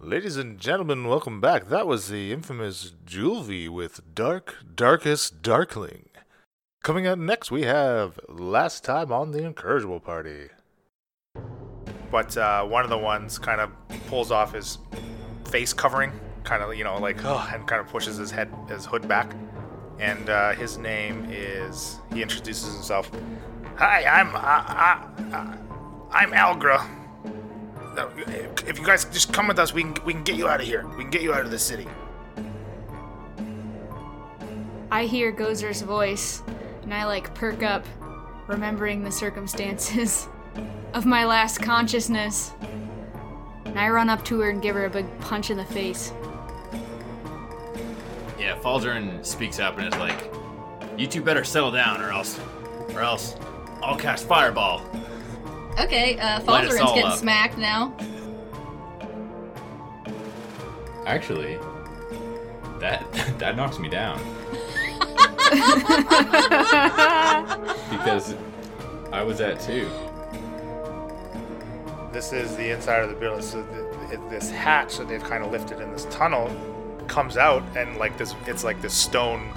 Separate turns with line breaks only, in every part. Ladies and gentlemen, welcome back. That was the infamous Julvie with Dark Darkest Darkling. Coming up next, we have Last Time on the Incorrigible Party. But uh, one of the ones kind of pulls off his face covering, kind of, you know, like, oh, and kind of pushes his head, his hood back. And uh, his name is, he introduces himself. Hi, I'm, uh, uh, uh, I'm Algra. Uh, if you guys just come with us, we can we can get you out of here. We can get you out of the city.
I hear Gozer's voice, and I like perk up, remembering the circumstances of my last consciousness. And I run up to her and give her a big punch in the face.
Yeah, Faldrin speaks up and is like, "You two better settle down, or else, or else, I'll cast fireball."
Okay, uh,
Light us
Falzarin's
all
getting
up.
smacked now.
Actually, that that knocks me down because I was at two.
This is the inside of the building. So th- th- this hatch that they've kind of lifted in this tunnel comes out, and like this, it's like this stone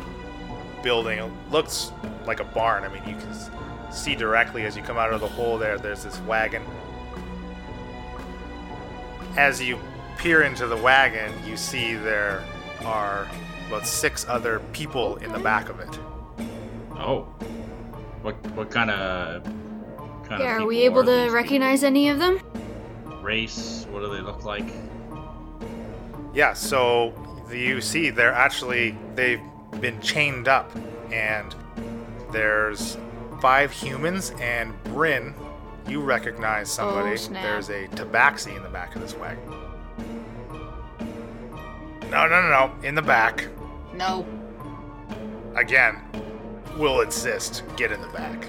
building. It looks like a barn. I mean, you can s- see directly as you come out of the hole there. There's this wagon. As you peer into the wagon, you see there are about six other people in the back of it.
Oh. What what kind of kind
Yeah,
of
are we
people
able to
these
recognize any of them?
people? race? What do they look like?
Yeah, so you see, they're actually, they've been chained up, and there's five humans and Bryn. You recognize somebody.
Oh, snap.
there's a tabaxi in the back of this wagon. No, no, no, no. In the back.
No.
Again, we'll insist. Get in the back.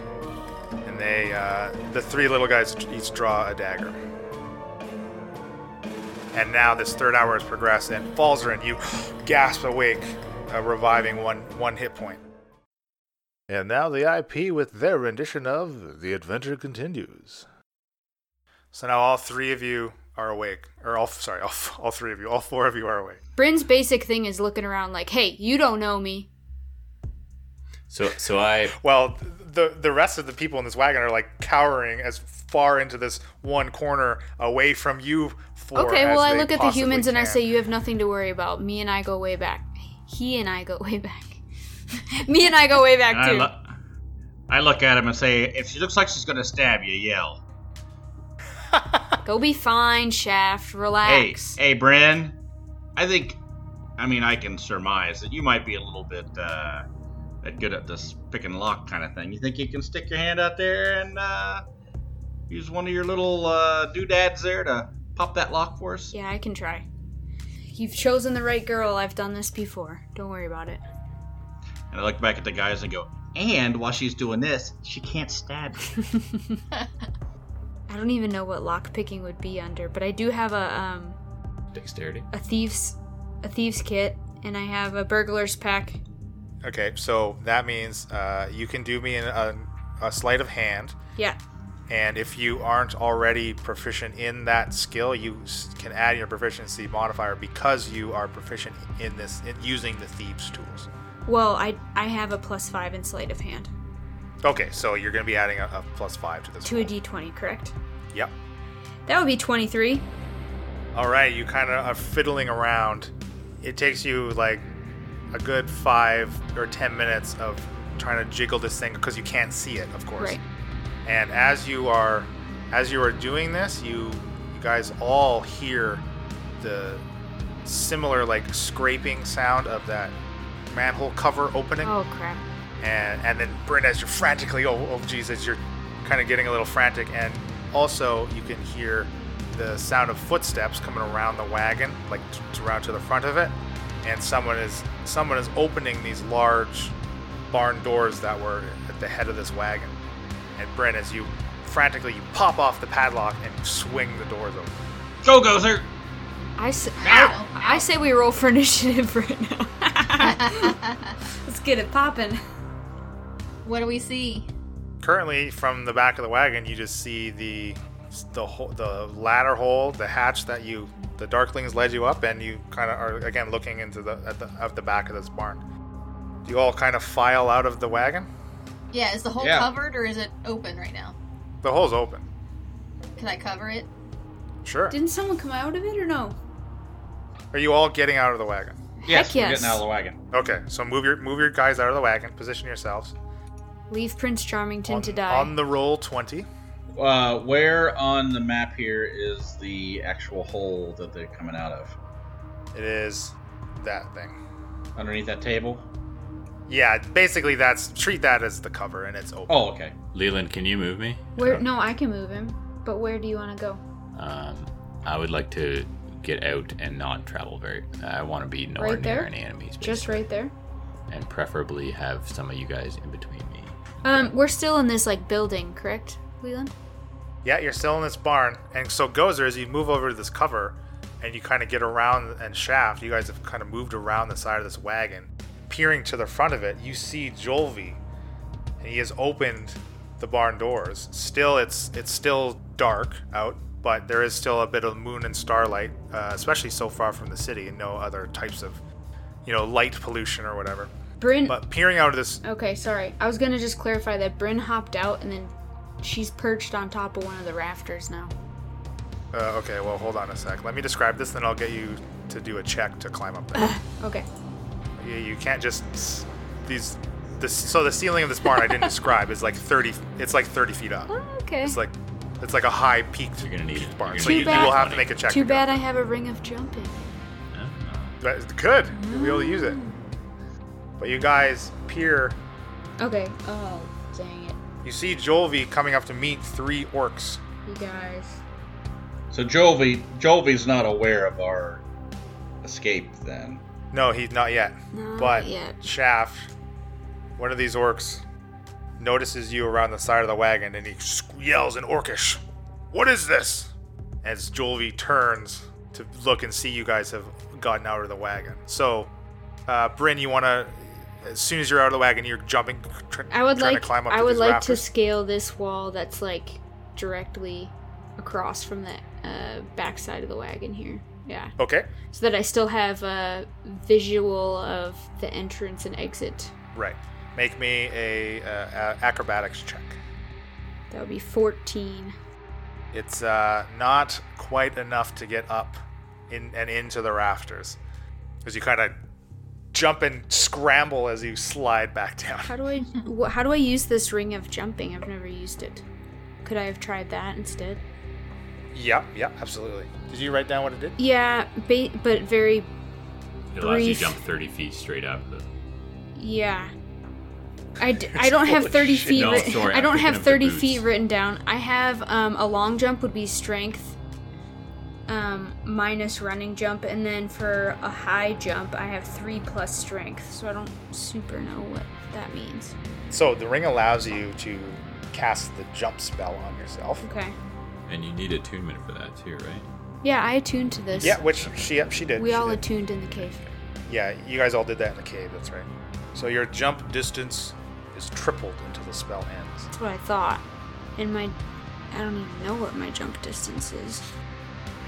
And they, uh, the three little guys each draw a dagger. And now this third hour has progressed, and falls and you gasp awake, uh, reviving one one hit point. And now the IP with their rendition of The Adventure Continues. So now all three of you are awake. Or all, sorry, all, all three of you, all four of you are awake.
Bryn's basic thing is looking around like, hey, you don't know me.
So so I
Well, the the rest of the people in this wagon are like cowering as far into this one corner away from you. Four
okay,
as
well, I
they
look at the
possibly
humans and I
can.
say, you have nothing to worry about. Me and I go way back. He and I go way back. me and I go way
And
back
I,
too.
lo- I look at him and say, if she looks like she's gonna stab you, yell.
go be fine, Shaft.
Hey,
Relax.
hey, Bran. I think, I mean, I can surmise that you might be a little bit uh, that good at this pick and lock kind of thing. You think you can stick your hand out there and uh, use one of your little uh, doodads there to pop that lock for us?
Yeah, I can try. You've chosen the right girl. I've done this before. Don't worry about it.
And I look back at the guys and go, and while she's doing this, she can't stab you.
I don't even know what lock picking would be under, but I do have a um
dexterity.
a thieves a thieves kit and I have a burglar's pack.
Okay, so that means uh, you can do me an, a, a sleight of hand,
Yeah.
and if you aren't already proficient in that skill, you s- can add your proficiency modifier because you are proficient in this in using the thieves' tools.
Well, I I have a plus five in sleight of hand
Okay, so you're going to be adding a, a plus five to this.
to a
roll.
d20, correct?
Yep.
That would be 23.
All right, you kind of are fiddling around. It takes you like a good five or ten minutes of trying to jiggle this thing because you can't see it, of course.
Right.
And as you are, as you are doing this, you, you guys all hear the similar like scraping sound of that manhole cover opening
Oh crap.
and and then Bryn, as you're frantically, oh, oh geez, as you're kind of getting a little frantic, and also you can hear the sound of footsteps coming around the wagon, like t- t- around to the front of it, and someone is someone is opening these large barn doors that were at the head of this wagon, and Bryn, as you frantically you pop off the padlock and swing the doors open.
Go, Gozer!
I, s- I, I say we roll for initiative right now. Let's get it popping.
What do we see?
Currently, from the back of the wagon, you just see the the ho- the ladder hole, the hatch that you the darklings led you up, and you kind of are again looking into the at the, at the back of this barn. Do you all kind of file out of the wagon?
Yeah, is the hole
Yeah.
covered or is it open right now?
The hole's open.
Can I cover it?
Sure.
Didn't someone come out of it or no?
Are you all getting out of the wagon?
Yes,
Heck
we're
yes.
getting out of the wagon.
Okay, so move your move your guys out of the wagon. Position yourselves
Leave Prince Charmington
on,
to die.
on the roll twenty.
Uh, where on the map here is the actual hole that they're coming out of?
It is that thing.
Underneath that table?
Yeah, basically that's treat that as the cover, and it's open.
Oh, okay.
Leland, can you move me?
where? No, I can move him. But where do you want to go?
Um, I would like to get out and not travel very. I want to be nowhere
Right
near
there?
any enemies,
Just
basically,
right there.
and preferably have some of you guys in between me.
Um, we're still in this like building, correct, Leland?
Yeah, you're still in this barn, and so Gozer, as you move over to this cover, and you kind of get around and shaft, you guys have kind of moved around the side of this wagon, peering to the front of it. You see Jolvi, and he has opened the barn doors. Still, it's it's still dark out, but there is still a bit of moon and starlight, uh, especially so far from the city, and no other types of, you know, light pollution or whatever.
Bryn.
But peering out of this
Okay, sorry. I was gonna just clarify that Bryn hopped out and then she's perched on top of one of the rafters now.
Uh, okay, well, hold on a sec. Let me describe this, then I'll get you to do a check to climb up there.
Okay.
you, you can't just these. This, so the ceiling of this barn I didn't describe is like thirty. It's like thirty feet up.
Okay.
It's like it's like a high peaked
You're gonna need it.
barn.
You're
So
gonna
you,
need
you
bad.
that
will have to
money.
make a check.
Too
to go.
bad I have a ring of jumping.
Yeah, no.
That is good. You'll be able to use it.
Mm.
But you guys peer.
Okay. Oh, dang it.
You see Jolvi coming up to meet three orcs.
You guys.
So Jovi, Jovi's not aware of our escape then.
No, he's not yet.
Not
but
yet.
Shaft, one of these orcs, notices you around the side of the wagon and he squ- yells in orcish, What is this? As Jolvi turns to look and see you guys have gotten out of the wagon. So, uh, Bryn, you want to, as soon as you're out of the wagon, you're jumping, tr-
I would
trying
like.
to climb up
I
to
would
these
like to
rafters.
scale this wall that's like directly across from the uh, backside of the wagon here. Yeah.
Okay,
So that I still have a visual of the entrance and exit.
right. Make me a, uh, a acrobatics check.
That would be 14.
It's uh, not quite enough to get up in and into the rafters, as you kind of jump and scramble as you slide back
How
down.
do I wh- how do I use this ring of jumping? I've never used it. Could I have tried that instead?
Yep, yep, absolutely. Did you write down what it did?
Yeah, ba- but very
It allows you
Brief.
to jump 30 feet straight up. The,
yeah. I, d- I don't have 30 feet
No,
writ-
sorry,
I
I'm
don't
thinking
have
of the
30
boots.
feet written down. I have um, a long jump would be strength um, minus running jump and then for a high jump I have 3 plus strength. So I don't super know what that means.
So the ring allows you to cast the jump spell on yourself.
Okay.
and you need attunement for that too, right?
Yeah, I attuned to this.
Yeah, which she yep, she did.
we
she
all
did.
attuned in the cave.
Yeah, you guys all did that in the cave. That's right. So your jump distance is tripled until the spell ends.
That's what I thought. And my, I don't even know what my jump distance is.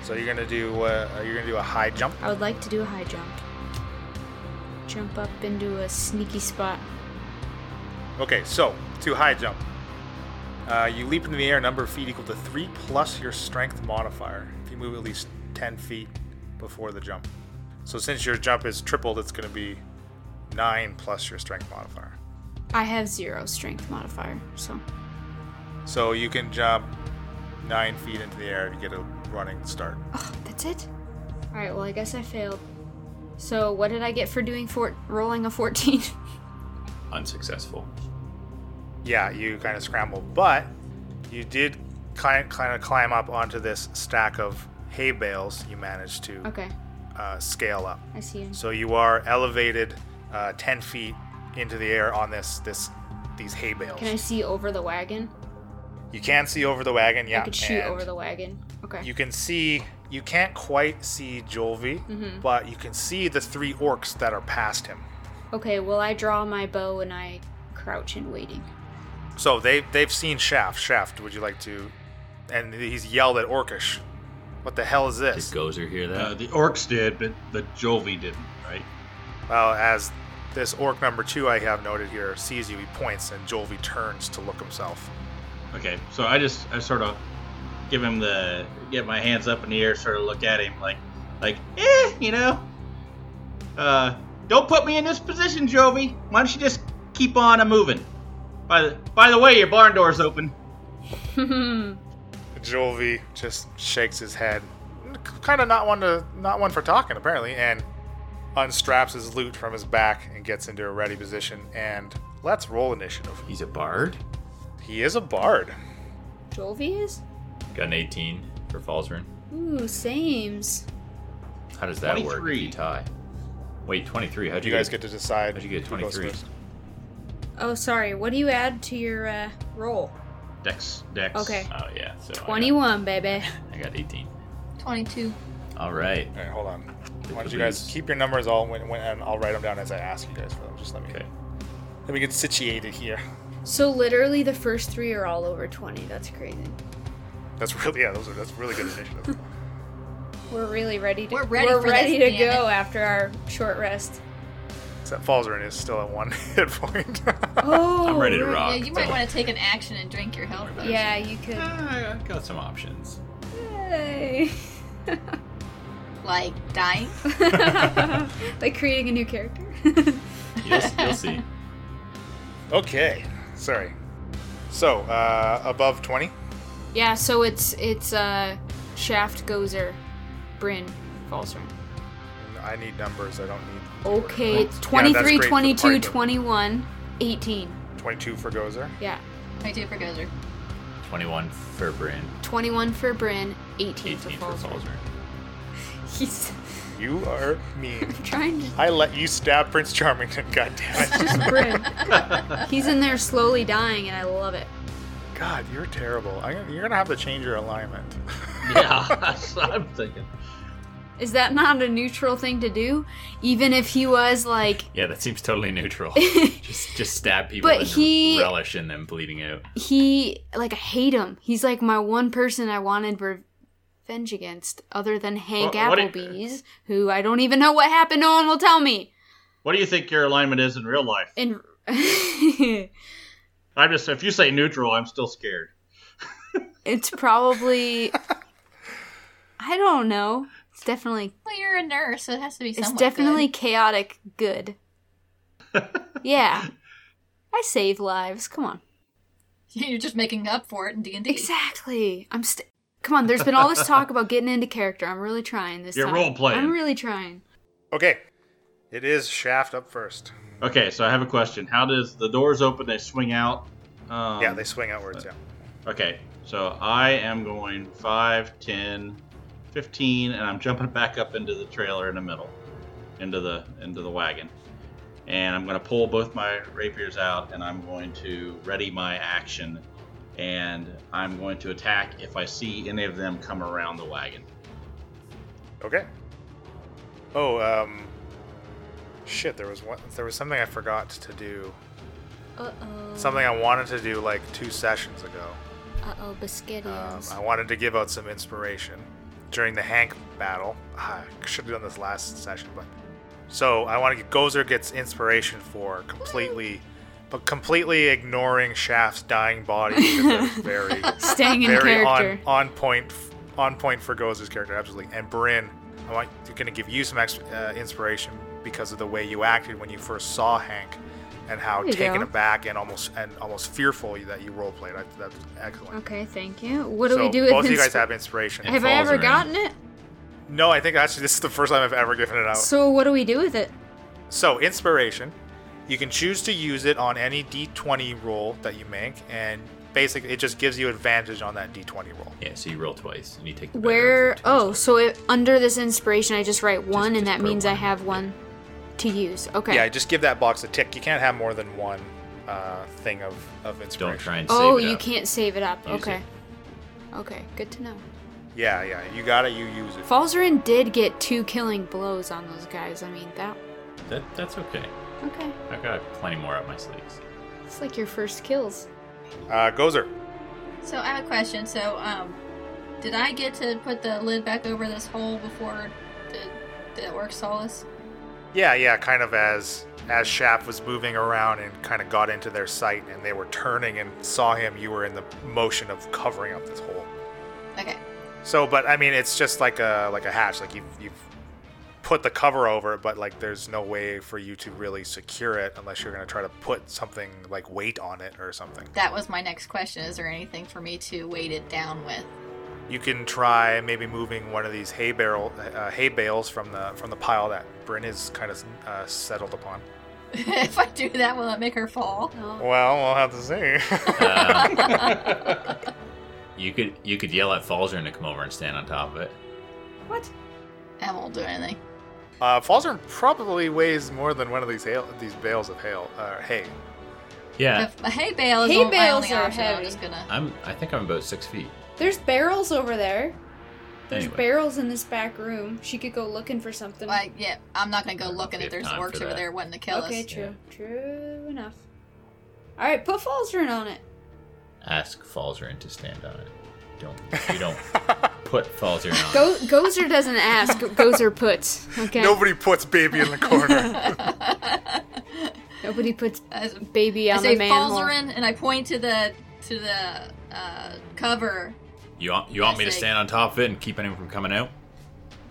So you're gonna do uh, you're gonna do a high jump.
I would like to do a high jump. Jump up into a sneaky spot.
Okay, so to high jump. Uh, you leap into the air, number of feet equal to three plus your strength modifier. If you move at least 10 feet before the jump. So since your jump is tripled, it's going to be nine plus your strength modifier.
I have zero strength modifier, so
So you can jump nine feet into the air to get a running start.
oh, that's it. All right, well I guess I failed. So what did I get for doing for rolling a fourteen?
Unsuccessful.
yeah, you kind of scramble, but you did kind kind of climb up onto this stack of hay bales. You managed to
okay,
uh, scale up.
I see him.
So you are elevated uh, ten feet into the air on this this these hay bales.
Can I see over the wagon?
You can see over the wagon. Yeah,
I could shoot
and
over the wagon. Okay.
You can see. You can't quite see Jolvi,
Mm-hmm.
but you can see the three orcs that are past him.
okay. Well, I draw my bow and I crouch in waiting.
So they they've seen Shaft. Shaft, would you like to? And he's yelled at Orcish. What the hell is
Did
this?
Gozer hear that?
Uh, the orcs did, but the Jovi didn't, right?
Well, as this orc number two I have noted here sees you, he points and Jolvi turns to look himself.
Okay, so I just I sort of give him the get my hands up in the air, sort of look at him like like eh, you know. Uh, don't put me in this position, Jovi. Why don't you just keep on a moving? By the by the way, your barn door's open.
Jolvi just shakes his head, kind of not one to not one for talking apparently, and unstraps his loot from his back and gets into a ready position. And let's roll initiative.
He's a bard.
He is a bard.
Jolvi is?
Got an 18 for Falzern.
Ooh, sames.
How does that work? If
23.
you tie. Wait, 23. How'd
You
you,
guys get to decide.
How'd you get
who goes
23?
first.
Oh, sorry. What do you add to your uh, roll?
Oh,
Dex, Dex.
Okay.
Oh yeah. So I got-
21, baby.
I got 18.
22.
All right.
All right, hold on. Why don't you guys keep your numbers all when, when and I'll write them down as I ask you guys for them. Just let me
Okay.
let me get situated here.
So literally, the first three are all over 20. That's crazy.
That's really yeah. Those are that's really good initiative.
We're really ready to.
We're ready for
ready
this,
to
damn
go after our short rest.
Except Falzarin is still at one hit point.
Oh,
I'm ready to
we're-
rock.
Yeah, you might want to take an action and drink your health. though.
Yeah, you could.
Ah, I got some options.
Yay.
Like dying.
like creating a new character.
You'll, you'll see.
okay. Sorry. So, uh, above 20?
yeah, so it's it's uh Shaft Gozer, Bryn, Falzern.
I need numbers. I don't need
Okay, it's
Yeah, that's
23,
great for
22,
Parker.
21, 18.
22 for Gozer.
Yeah.
22 for Gozer.
21 for Bryn.
21 for Bryn, 18,
18 for
for Falzern.
Falzern.
He's
You are mean.
trying to
I let you stab Prince Charming. God damn it.
just Bryn. He's in there slowly dying, and I love it.
God, you're terrible. I, you're gonna have to change your alignment.
Yeah, that's what I'm thinking.
Is that not a neutral thing to do? Even if he was like
Yeah, that seems totally neutral. just just stab people
But
and
he-
relish in them bleeding out.
he like I hate him. He's like my one person I wanted revenge against, other than Hank
Wha- what i-
Applebee's, who I don't even know what happened. No one will tell me.
What do you think your alignment is in real life?
And
I'm just if you say neutral, I'm still scared.
it's probably I don't know. It's definitely
Well, you're a nurse, so it has to be
it's
somewhat
definitely chaotic good. yeah, I save lives. Come on.
good. You're just making up for it in D&D.
Exactly. I'm st- Come on, there's been all this talk about getting into character. I'm really trying this
You're
time.
role-playing.
I'm really trying.
okay. It is Shaft up first.
Okay, so I have a question. How does the doors open? They swing out. Um,
yeah, they swing outwards, yeah.
Okay, so I am going 5, 10, 15, and I'm jumping back up into the trailer in the middle, into the into the wagon, and I'm going to pull both my rapiers out, and I'm going to ready my action, and I'm going to attack if I see any of them come around the wagon.
Okay. Oh, um shit, there was one there was something I forgot to do.
Uh oh.
Something I wanted to do like two sessions ago.
Uh oh,
Um,
Biscuitios.
I wanted to give out some inspiration during the Hank battle. Ah, I should have done this last session, but so I want to get Gozer gets inspiration for completely, but completely ignoring Shaft's dying body. because that was very,
Staying in
very on
character.
on point, on point for Gozer's character, absolutely. And Bryn, I want going to give you some ex- uh, inspiration because of the way you acted when you first saw Hank. And how
There you
taken
go.
aback and almost and almost fearful that you role played. That's excellent.
Okay, thank you. What do
So
we do with
both of you
insp-
guys have inspiration?
Have I ever
Falzarin?
gotten it?
No, I think actually this is the first time I've ever given it out. So,
So what do we do with it?
inspiration, you can choose to use it on any d20 roll that you make, and basically it just gives you advantage on that d20 roll.
Yeah, so you roll twice and you take the better of
Where?
the two.
Oh, so it, under this inspiration, I just write one, and
just
that
put
means I
one.
have one to use. Okay.
Yeah, just give that box a tick. You can't have more than one uh, thing of of inspiration.
Don't try and save
oh,
it
you
up.
can't save it up.
Use
okay. Okay, good to know.
Yeah, yeah, you got it. You use it.
Falzarin did get two killing blows on those guys. I mean that.
That, that's okay.
Okay,
I've got plenty more up my sleeves.
it's like your first kills.
Uh, Gozer,
So I have a question. So, um, Did I get to put the lid back over this hole before? Did, did it work, Solace?
Yeah, yeah, kind of as as Shaft was moving around and kind of got into their sight and they were turning and saw him, you were in the motion of covering up this hole.
Okay.
So, but I mean, it's just like a like a hatch. Like you've you've put the cover over it, but like there's no way for you to really secure it unless you're gonna try to put something like weight on it or something.
That was my next question. Is there anything for me to weight it down with?
You can try maybe moving one of these hay barrel uh, hay bales from the from the pile that Bryn is kind of uh, settled upon.
if I do that, will it make her fall?
Well, we'll have to see.
Um, you could you could yell at Falzern to come over and stand on top of it.
What?
That won't do anything.
uh, Falzern probably weighs more than one of these hail, these bales of hail uh, hay.
Yeah,
If a hay bale is
Hay
all- my
bales
only
are
option, I'm
heavy.
just gonna.
I'm. I think I'm about six feet.
There's barrels over there. There's
Anyway.
barrels in this back room. She could go looking for something.
Like, yeah, I'm not gonna go looking
Okay,
if there's
time
orcs
for
over
that.
there wanting to kill
okay,
us.
true. True enough. All right, put Falzern on it.
Ask Falzern to stand on it. Don't you don't put Falzern on. it.
Go- Gozer doesn't ask. Gozer puts. Okay.
Nobody puts baby in the corner.
Nobody puts
As-
baby
I
on the
say
manhole.
Falzarin, and I point to the to the uh, cover.
You want you want me to
Say-
stand on top of it and keep anyone from coming out?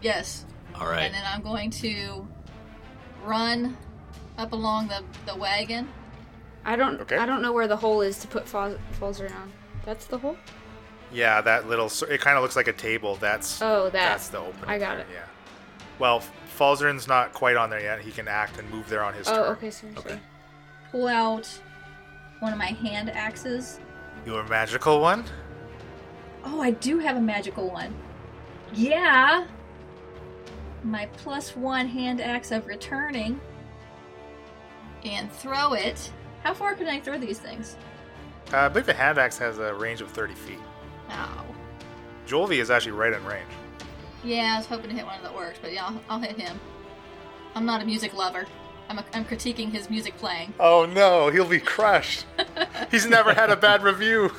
Yes,
All right.
and then I'm going to run up along the the wagon.
I don't.
Okay.
I don't know where the hole is to put Fal- Falzarin on. That's the hole.
yeah, that little. cir- It kind of looks like a table. That's
Oh, that.
that's the opening.
I got
there,
it.
Yeah. Well, Falzern's not quite on there yet. He can act and move there on his
Oh,
turn.
okay. Sorry. sorry.
Pull out one of my hand axes.
Your magical one.
Oh, I do have a magical one. Yeah. My plus one hand axe of returning. And throw it. How far can I throw these things?
Uh, I believe the hand axe has a range of 30 feet.
Oh.
Jolvi is actually right in range.
Yeah, I was hoping to hit one of the orcs, but yeah, I'll, I'll hit him. I'm not a music lover. I'm, a, I'm critiquing his music playing.
Oh no, he'll be crushed. He's never had a bad review.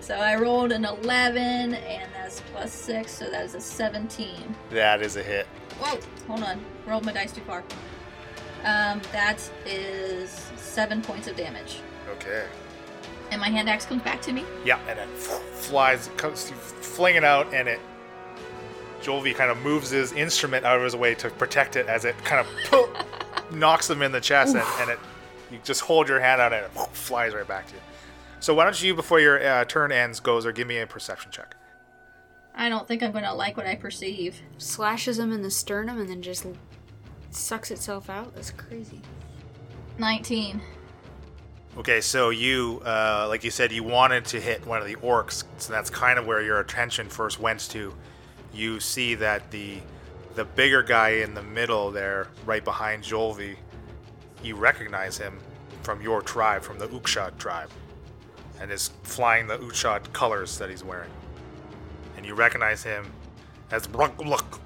So I rolled an 11, and that's plus 6, so that is a 17.
that is a hit.
Whoa, hold on. Rolled my dice too far. Um, that is 7 points of damage.
Okay.
And my hand axe comes back to me.
Yeah, and it flies, comes, you fling it out, and it. Jolvi kind of moves his instrument out of his way to protect it as it kind of knocks him in the chest, and, and it. You just hold your hand out, and it flies right back to you. So why don't you, before your uh, turn ends, goes or give me a perception check?
I don't think I'm going to like what I perceive.
Slashes him in the sternum and then just sucks itself out. That's crazy.
19.
Okay, so you, uh, like you said, you wanted to hit one of the orcs, so that's kind of where your attention first went to. You see that the the bigger guy in the middle there, right behind Jolvi, you recognize him from your tribe, from the Ukshot tribe, and is flying the Ukshot colors that he's wearing. And you recognize him as Brugluk,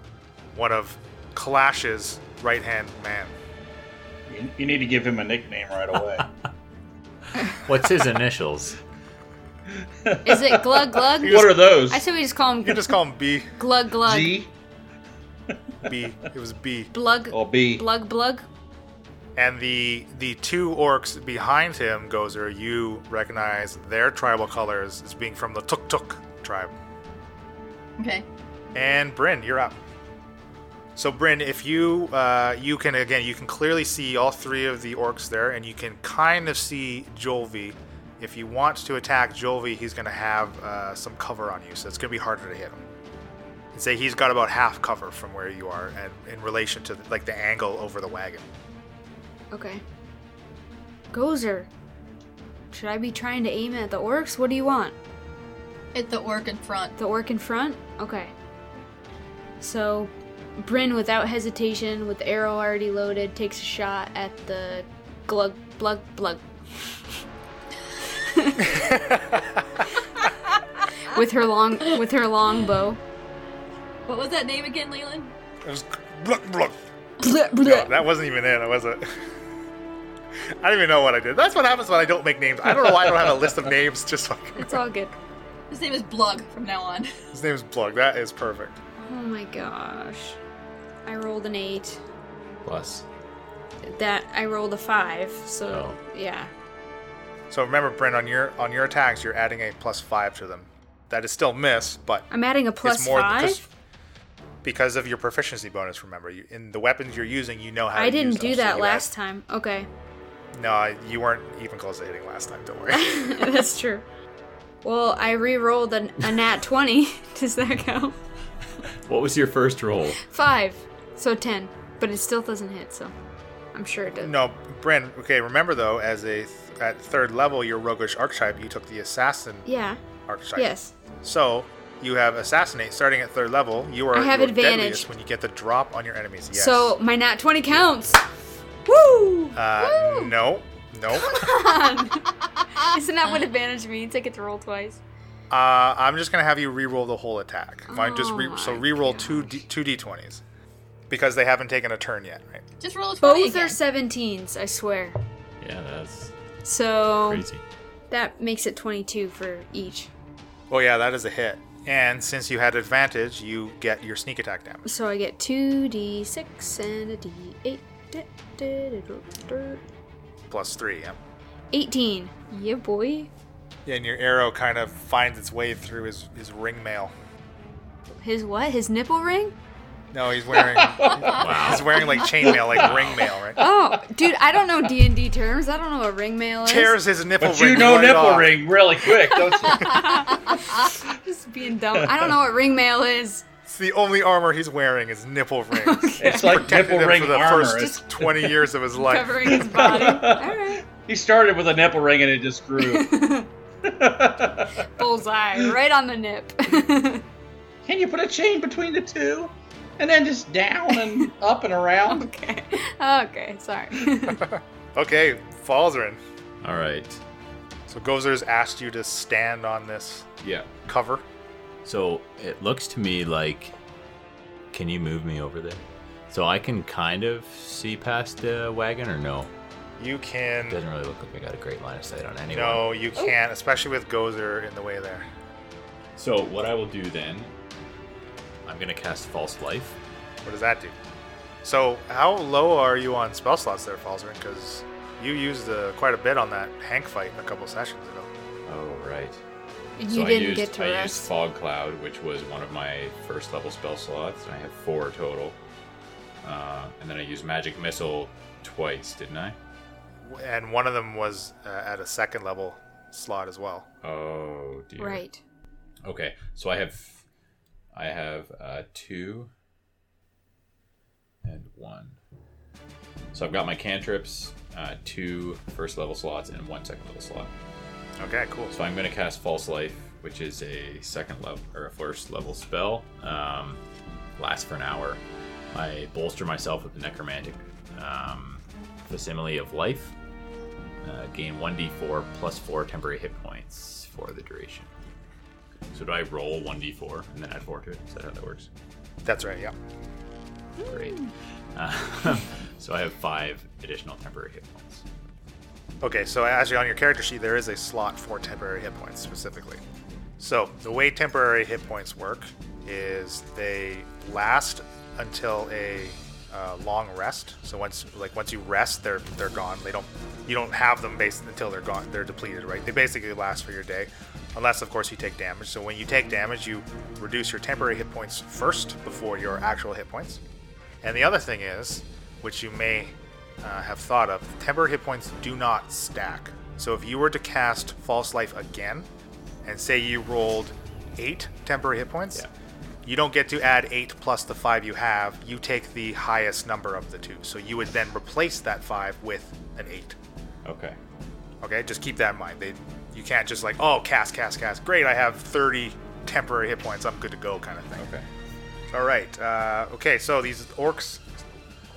one of Clash's right hand man.
You, you need to give him a nickname right away.
What's his initials?
Is it glug glug?
what are those?
I said we just call him
You just call him B.
glug glug.
G
B. It was B.
Blug.
or B?
Blug blug.
and the the two orcs behind him, Gozer, you recognize their tribal colors as being from the Tuk Tuk tribe.
Okay.
And Bryn, you're up. So Bryn, if you uh, you can again, you can clearly see all three of the orcs there, and you can kind of see Jolvi. If you want to attack Jolvi, he's going to have uh, some cover on you, so it's going to be harder to hit him. And say he's got about half cover from where you are, and in relation to like the angle over the wagon.
Okay. Gozer, should I be trying to aim at the orcs? What do you want?
Hit the orc in front.
The orc in front? Okay. So, Bryn, without hesitation, with the arrow already loaded, takes a shot at the glug, blug, blug. with her long, with her long bow.
What was that name again, Leland?
It was bluck bluck. No, Oh, that wasn't even it, was it? I don't even know what I did. That's what happens when I don't make names. I don't know why I don't have a list of names. Just like
It's all good.
His name is Blug from now on.
His name is Plug. That is perfect.
Oh my gosh. I rolled an eight.
Plus.
That I rolled a five, so
Oh.
yeah.
So remember, Bryn, on your on your attacks, you're adding a plus five to them. That is still miss, but
I'm adding a plus
it's more
five.
because, because of your proficiency bonus. Remember, you, in the weapons you're using, you know how.
I
to use
didn't
them,
do
so
that
you
last time. Okay,
Add, no, I- you weren't even close to hitting last time. Don't worry.
that's true. Well, I re-rolled a, a nat twenty. Does that count?
What was your first roll?
Five, so ten, but it still doesn't hit. So I'm sure it does.
no, Bryn. Okay, remember though, as a th- at third level, your roguish archetype, you took the assassin
Yeah.
archetype.
Yes.
So you have assassinate starting at third level. You are
I have
your
advantage.
deadliest when you get the drop on your enemies. Yes.
So my nat twenty counts. Woo!
uh, no, no.
Isn't that what advantage means? I get to roll twice.
Uh, I'm just gonna have you re-roll the whole attack. If I just re-
Oh
so
my
re-roll two d- two d20s because they haven't taken a turn yet, right?
Just roll a 20
Both are
again.
seventeens. I swear.
Yeah, that's
So
crazy.
that makes it twenty-two for each.
Oh yeah, that is a hit. And since you had advantage, you get your sneak attack damage.
So I get two d six and a d eight. Da- da- da- da- da.
Plus three. Yeah.
18. Yeah, boy.
And your arrow kind of finds its way through his, his ring mail.
His what? His nipple ring?
No, he's wearing he's wearing like chainmail, like ring mail, right?
Oh, dude, I don't know D&D terms. I don't know what ring mail is.
Tears his nipple
But
ring.
you know
right
nipple
off.
ring really quick, don't you?
Just being dumb. I don't know what ring mail is.
It's the only armor he's wering is nipple rings.
it's like nipple
Protected him
ring
for the
armor. It's-
first 20 years of his life.
Covering his body. All right.
he started with a nipple ring and it just grew.
Bullseye. Right on the nip.
Can you put a chain between the two? And then just down and up and around?
okay. Okay, sorry.
Okay, Falzarin.
All right.
So Gozer's asked you to stand on this
Yeah.
cover.
So it looks to me like. Can you move me over there? So I can kind of see past the wagon, or no?
You can.
Doesn't really look like I got a great line of sight on anyone.
No, you
Oh.
can't, especially with Gozer in the way there.
So what I will do then, I'm gonna cast False Life.
What does that do? So how low are you on spell slots there, Falzarin? Because you used uh, quite a bit on that Hank fight a couple sessions ago.
Oh right.
You
so
didn't
I used,
get to
I used
rest.
Fog Cloud, which was one of my first level spell slots, and I have four total. Uh, and then I used Magic Missile twice, didn't I?
And one of them was uh, at a second level slot as well.
Oh dear.
Right.
Okay, so I have, I have uh, two and one. So I've got my cantrips, uh, two first level slots, and one second level slot.
Okay, cool.
So I'm going to cast False Life, which is a second level or a first level spell. Um, lasts for an hour. I bolster myself with the Necromantic um, Facsimile of Life. Uh, gain 1d4 plus 4 temporary hit points for the duration. So do I roll 1d4 and then add 4 to it? Is that how that works?
That's right. Yeah.
Great. Uh, so I have 5 additional temporary hit points.
Okay, so actually on your character sheet, there is a slot for temporary hit points specifically. So the way temporary hit points work is they last until a uh, long rest. So once, like once you rest, they're they're gone. They don't you don't have them based until they're gone. They're depleted, right? They basically last for your day, unless of course you take damage. So when you take damage, you reduce your temporary hit points first before your actual hit points. And the other thing is, which you may uh, have thought of, temporary hit points do not stack. So if you were to cast False Life again, and say you rolled eight temporary hit points,
Yeah.
you don't get to add eight plus the five you have. You take the highest number of the two. So you would then replace that five with an eight.
Okay.
Okay, just keep that in mind. They, you can't just like, oh, cast, cast, cast. Great, I have 30 temporary hit points. I'm good to go, kind of thing.
Okay.
All right. Uh, okay, so these orcs,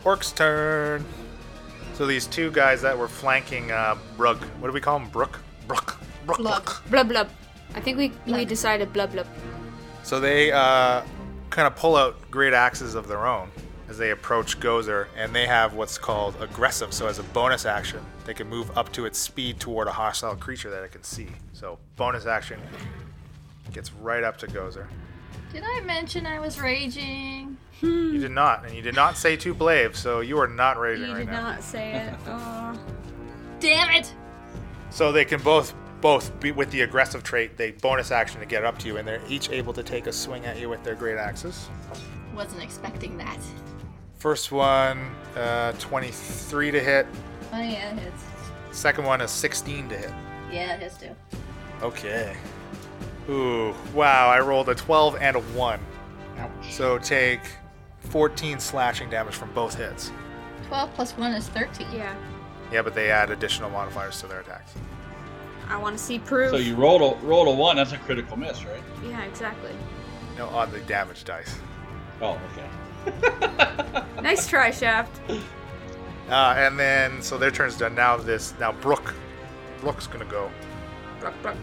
orcs turn. So these two guys that were flanking uh, Brug. What do we call him? Brook. Brook. Brook.
Blug.
Brook.
Blub blub. I think we, we
Blub.
decided blub blub.
So they uh, kind of pull out great axes of their own as they approach Gozer, and they have what's called aggressive. So as a bonus action, they can move up to its speed toward a hostile creature that it can see. So bonus action, Gets right up to Gozer.
Did I mention I was raging?
You did not, and you did not say too blave, so you are not raging
You
right
did
now.
not say it. Oh, Aw.
Damn it!
So they can both both be with the aggressive trait, they bonus action to get up to you, and they're each able to take a swing at you with their great axes.
Wasn't expecting that.
First one, uh, 23 to hit.
Oh yeah, it hits.
Second one is 16 to hit.
Yeah, it hits too.
Okay. Ooh, wow, I rolled a 12 and a 1. So take 14 slashing damage from both hits.
Twelve plus one is thirteen.
Yeah.
Yeah, but they add additional modifiers to their attacks.
I want to see proof.
So you rolled a rolled a one. That's a critical miss, right?
yeah, exactly.
No, on the damage dice.
Oh, okay.
Nice try, Shaft.
Uh, and then, so their turn's done. Now this, now Brooke. Brooke's gonna go.
Bruck, bruck.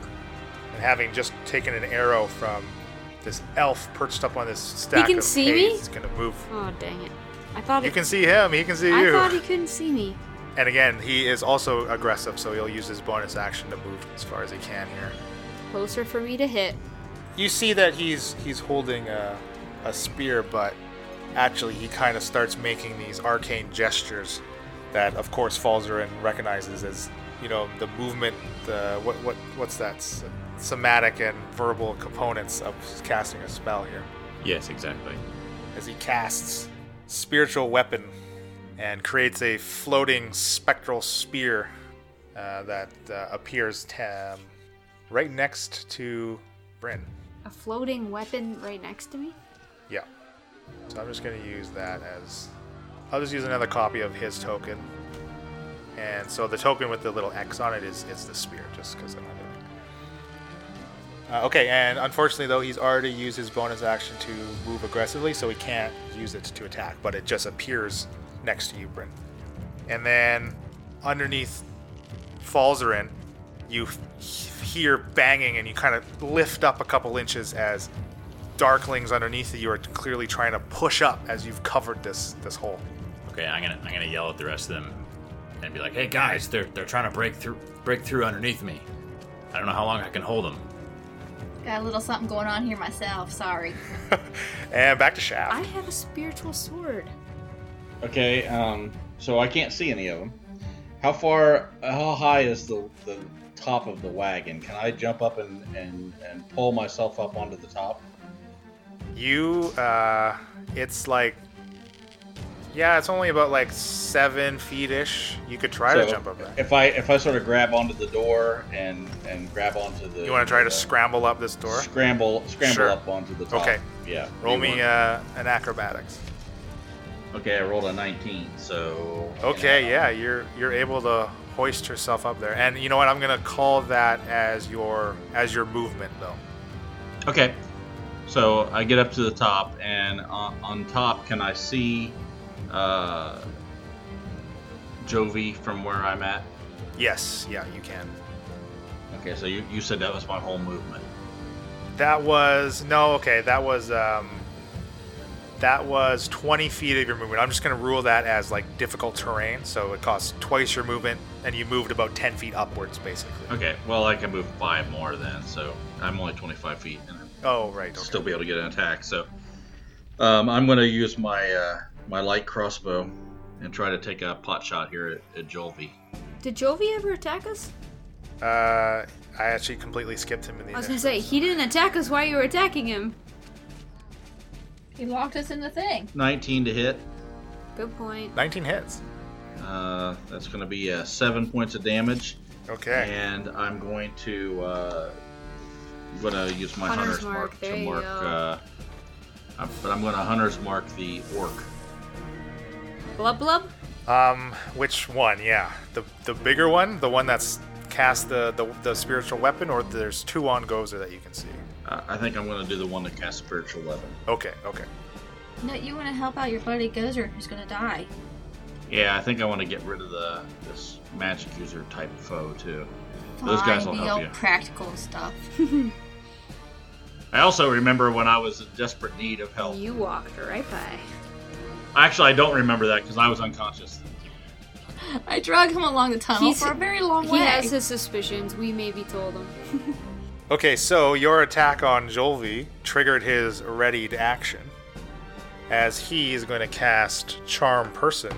And having just taken an arrow from this elf perched up on this stack
can
of
see
hay,
me?
he's gonna move.
Oh, dang it. I thought
You
it,
can see him, he can see
I
you.
thought he couldn't see me.
And again, he is also aggressive, so he'll use his bonus action to move as far as he can here.
Closer for me to hit.
You see that he's he's holding a, a spear, but actually he kind of starts making these arcane gestures that, of course, Falzarin recognizes as you know the movement, the what what what's that S- somatic and verbal components of casting a spell here.
Yes, exactly.
As he casts spiritual weapon and creates a floating spectral spear uh, that uh, appears um, right next to Bryn.
A floating weapon right next to me?
Yeah. So I'm just going to use that as. I'll just use another copy of his token. And so the token with the little X on it is, is the spear, just because I'm not doing it. Uh, okay, and unfortunately, though, he's already used his bonus action to move aggressively, so he can't use it to attack, but it just appears next to you, Bryn. And then underneath Falzarin, you f- hear banging and you kind of lift up a couple inches as darklings underneath you are clearly trying to push up as you've covered this this hole.
Okay, I'm gonna I'm gonna yell at the rest of them and be like, "Hey guys, they're they're trying to break through break through underneath me. I don't know how long I can hold them."
Got a little something going on here myself. Sorry.
And back to
I
Shaft.
have a spiritual sword.
Okay. Um. So I can't see any of them. How far? How high is the the top of the wagon? Can I jump up and and and pull myself up onto the top?
You, uh, it's like, yeah, it's only about like seven feet ish. You could try to
So,
jump up there.
If I if I sort of grab onto the door and and grab onto the
You want to try to
the-
scramble up this door?
Scramble scramble
Sure.
up onto the top.
Okay.
Yeah.
Roll
You
me
want-
uh, an acrobatics.
Okay, I rolled a 19. So uh,
Okay, yeah, you're you're able to hoist yourself up there, and you know what? I'm gonna call that as your as your movement though.
Okay. So I get up to the top, and on, on top, can I see uh, Jovi from where I'm at?
Yes, yeah, you can.
Okay, so you, you said that was my whole movement.
That was no, okay. That was um, that was 20 feet of your movement. I'm just gonna rule that as like difficult terrain, so it costs twice your movement, and you moved about 10 feet upwards, basically.
Okay, well, I can move five more then, so I'm only 25 feet, and I'll
Oh, right. Okay.
still be able to get an attack. So um, I'm going to use my uh, my light crossbow and try to take a pot shot here at, at Jovi.
Did Jovi ever attack us?
Uh, I actually completely skipped him in the.
I was gonna
initiative.
say, he didn't attack us while you were attacking him.
He locked us in the thing.
19 to hit.
Good point.
19 hits.
Uh, that's going to be uh, seven points of damage.
Okay.
And I'm going to uh, I'm gonna use my
Hunter's
hunter's,
mark,
mark,
there
to
you
mark.
go.
Uh, I'm- but I'm gonna hunter's mark the orc.
Blub blub.
Um, which one? Yeah, the the bigger one, the one that's cast the the, the spiritual weapon, or there's two on Gozer that you can see.
Uh, I think I'm gonna do the one that casts spiritual weapon.
Okay. Okay.
No, you want to help out your buddy Gozer, who's gonna die.
Yeah, I think I want to get rid of the this magic user type foe too. Those guys
Fine,
will
the
help
old
you.
practical stuff.
I also remember when I was in desperate need of help.
You walked right by.
Actually, I don't remember that because I was unconscious.
I drug him along the tunnel
He's-
for a very long
He
way.
has his suspicions. We maybe told him.
Okay, so your attack on Jolvi triggered his readied action, as he is going to cast Charm Person,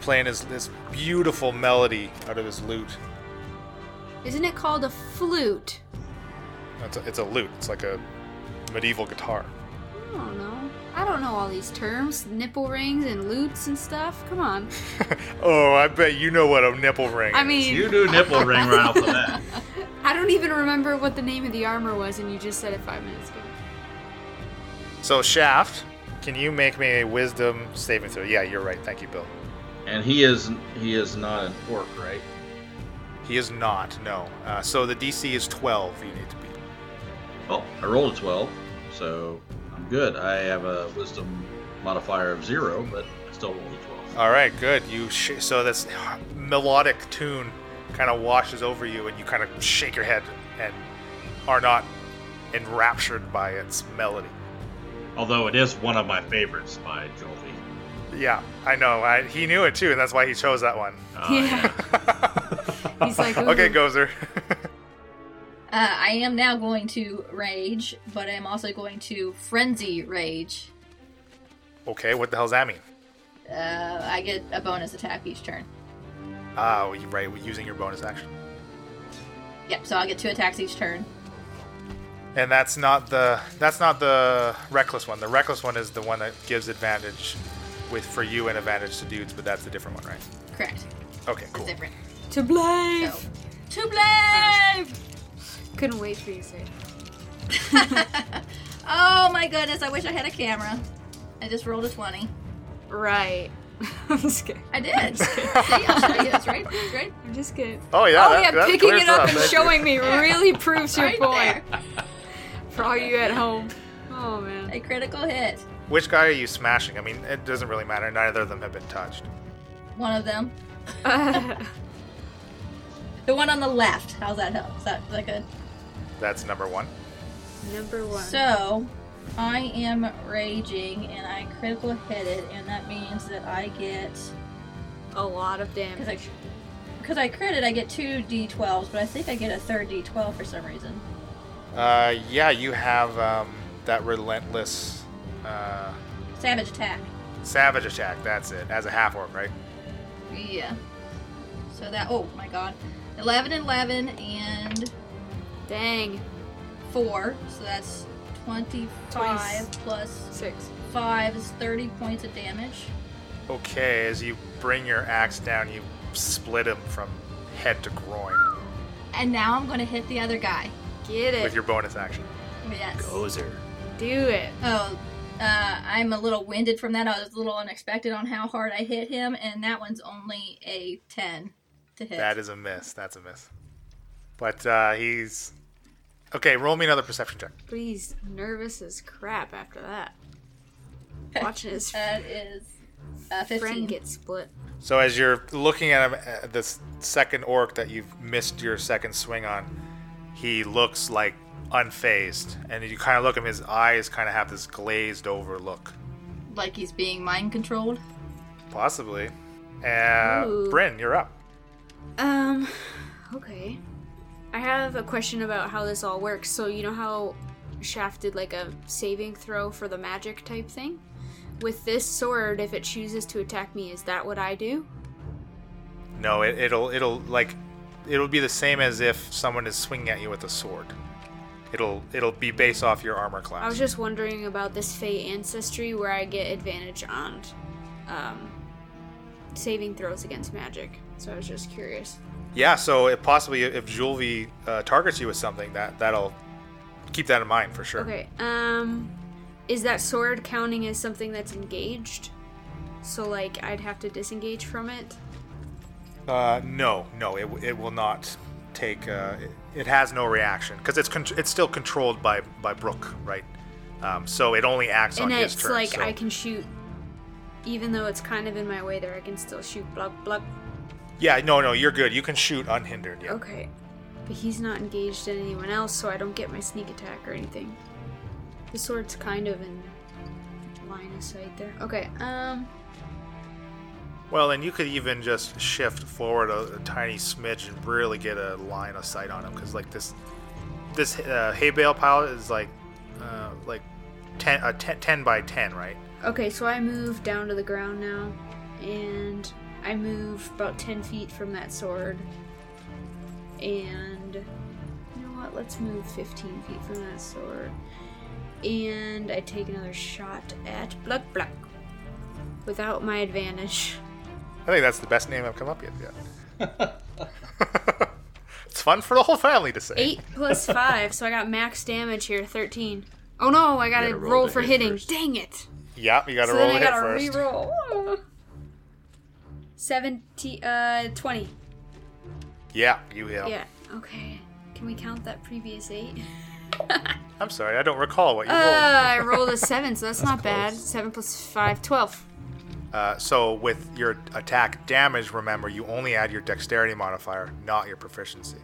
playing his, this beautiful melody out of his lute.
Isn't it called a flute?
It's a, it's a lute. It's like a medieval guitar.
I don't know. I don't know all these terms. Nipple rings and lutes and stuff. Come on.
oh, I bet you know what a nipple ring.
I
is.
mean,
You do nipple ring right off the bat.
I don't even remember what the name of the armor was, and you just said it five minutes ago.
so Shaft, can you make me a Wisdom saving throw? Yeah, you're right. Thank you, Bill.
And he is he is not an orc, right?
He is not. No. Uh, so the DC is 12. You need to beat.
Oh, I rolled a 12, so I'm good. I have a wisdom modifier of zero, but I still rolled a 12.
All right, good. You sh- so this melodic tune kind of washes over you, and you kind of shake your head and are not enraptured by its melody.
Although it is one of my favorites by Jolvi.
Yeah, I know. I, he knew it too, and that's why he chose that one.
Uh,
yeah. Mm-hmm. He's like,
okay,
"Ooh."
Gozer.
Uh, I am now going to rage, but I'm also going to frenzy rage.
okay, what the hell's that mean?
Uh, I get a bonus attack each turn.
Oh, you right. We're using your bonus action,
Yep, so I'll get two attacks each turn.
and that's not the that's not the reckless one. The reckless one is the one that gives advantage with for you and advantage to dudes, but that's a different one, right?
Correct.
Okay,
That's
cool.
different.
to blame.
So, to blame!
Couldn't wait for you to say. it.
Oh my goodness, I wish I had a camera. I just rolled a 20.
Right. I'm just kidding.
I did. See, I'll show you. It's right, it's right,
I'm just kidding.
Oh yeah.
oh
that-
yeah,
that
picking
clears
it up and
Thank you.
showing me really proves your
right
point
there.
for all you at home. Oh man.
A critical hit.
Which guy are you smashing? I mean, it doesn't really matter. Neither of them have been touched.
One of them.
Uh,
The one on the left. How's that help? Is that, is that good?
That's number one.
number one.
So, I am raging and I critical hit it, and that means that I get
a lot of
because I
damage.
because I credit I get two d12s, but I think I get a third d12 for some reason.
Uh, yeah, you have um, that relentless uh,
Savage attack.
savage attack. That's it. As a half orc, right?
Yeah. So that oh my god, 11 and 11 and
Dang.
four. So that's 25
Twice.
plus
Six.
five is 30 points of damage.
Okay. As you bring your axe down, you split him from head to groin
And now I'm gonna hit the other guy.
Get
with
it.
your bonus action.
Yes.
Gozer.
Do it.
Oh, uh, I'm a little winded from that. I was a little unexpected on how hard I hit him, and that one's only a 10 to hit.
That is a miss. That's a miss. But uh, he's okay. Roll me another perception check.
But he's nervous as crap after that. Watching his
That is uh, 15.
friend get split.
So as you're looking at him, at this second orc that you've missed your second swing on, he looks like unfazed, and you kind of look at him. His eyes kind of have this glazed over look,
Like he's being mind controlled.
possibly. Uh,
Ooh.
Bryn, you're up.
Um, okay. I have a question about how this all works. So, you know how Shaft did like a saving throw for the magic type thing? With this sword, if it chooses to attack me, is that what I do?
No, it, it'll it'll like it'll be the same as if someone is swinging at you with a sword. It'll it'll be based off your armor class.
I was just wondering about this Fey ancestry where I get advantage on um, saving throws against magic. So, I was just curious.
Yeah, so if possibly if Julvi uh, targets you with something, that that'll keep that in mind for sure.
Okay. Um, is that sword counting as something that's engaged? So, like, I'd have to disengage from it?
Uh, no, no, it, w- it will not take. Uh, it, it has no reaction because it's con- it's still controlled by by Brook, right? Um, so it only acts
and
on his
it's
turn.
like
so-
I can shoot, even though it's kind of in my way there. I can still shoot. Blah blah.
Yeah, no, no, you're good. You can shoot unhindered. Yeah.
Okay, but he's not engaged in anyone else, so I don't get my sneak attack or anything. The sword's kind of in line of sight there. Okay. Um.
Well, and you could even just shift forward a, a tiny smidge and really get a line of sight on him because like this, this uh, hay bale pile is like uh, like 10, uh, 10, 10 by 10, right?
Okay, so I move down to the ground now, and I move about 10 feet from that sword. And you know what? Let's move 15 feet from that sword. And I take another shot at Bluck Bluck without my advantage.
I think that's the best name I've come up with yet. it's fun for the whole family to say.
8 plus 5, so I got max damage here 13. Oh no, I gotta,
gotta roll
roll,
to
for
hit
hitting.
first.
Dang it!
Yeah, you gotta
so
roll
then
a
I
hit
gotta
first.
reroll. Ah. 70, uh, 20.
Yeah, you hit.
Yeah. Okay. Can we count that previous eight?
I'm sorry, I don't recall what you
Uh, I rolled a seven, so that's, not bad. Seven plus five, twelve.
rolled. Uh, so with your attack damage, remember you only add your dexterity modifier, not your proficiency.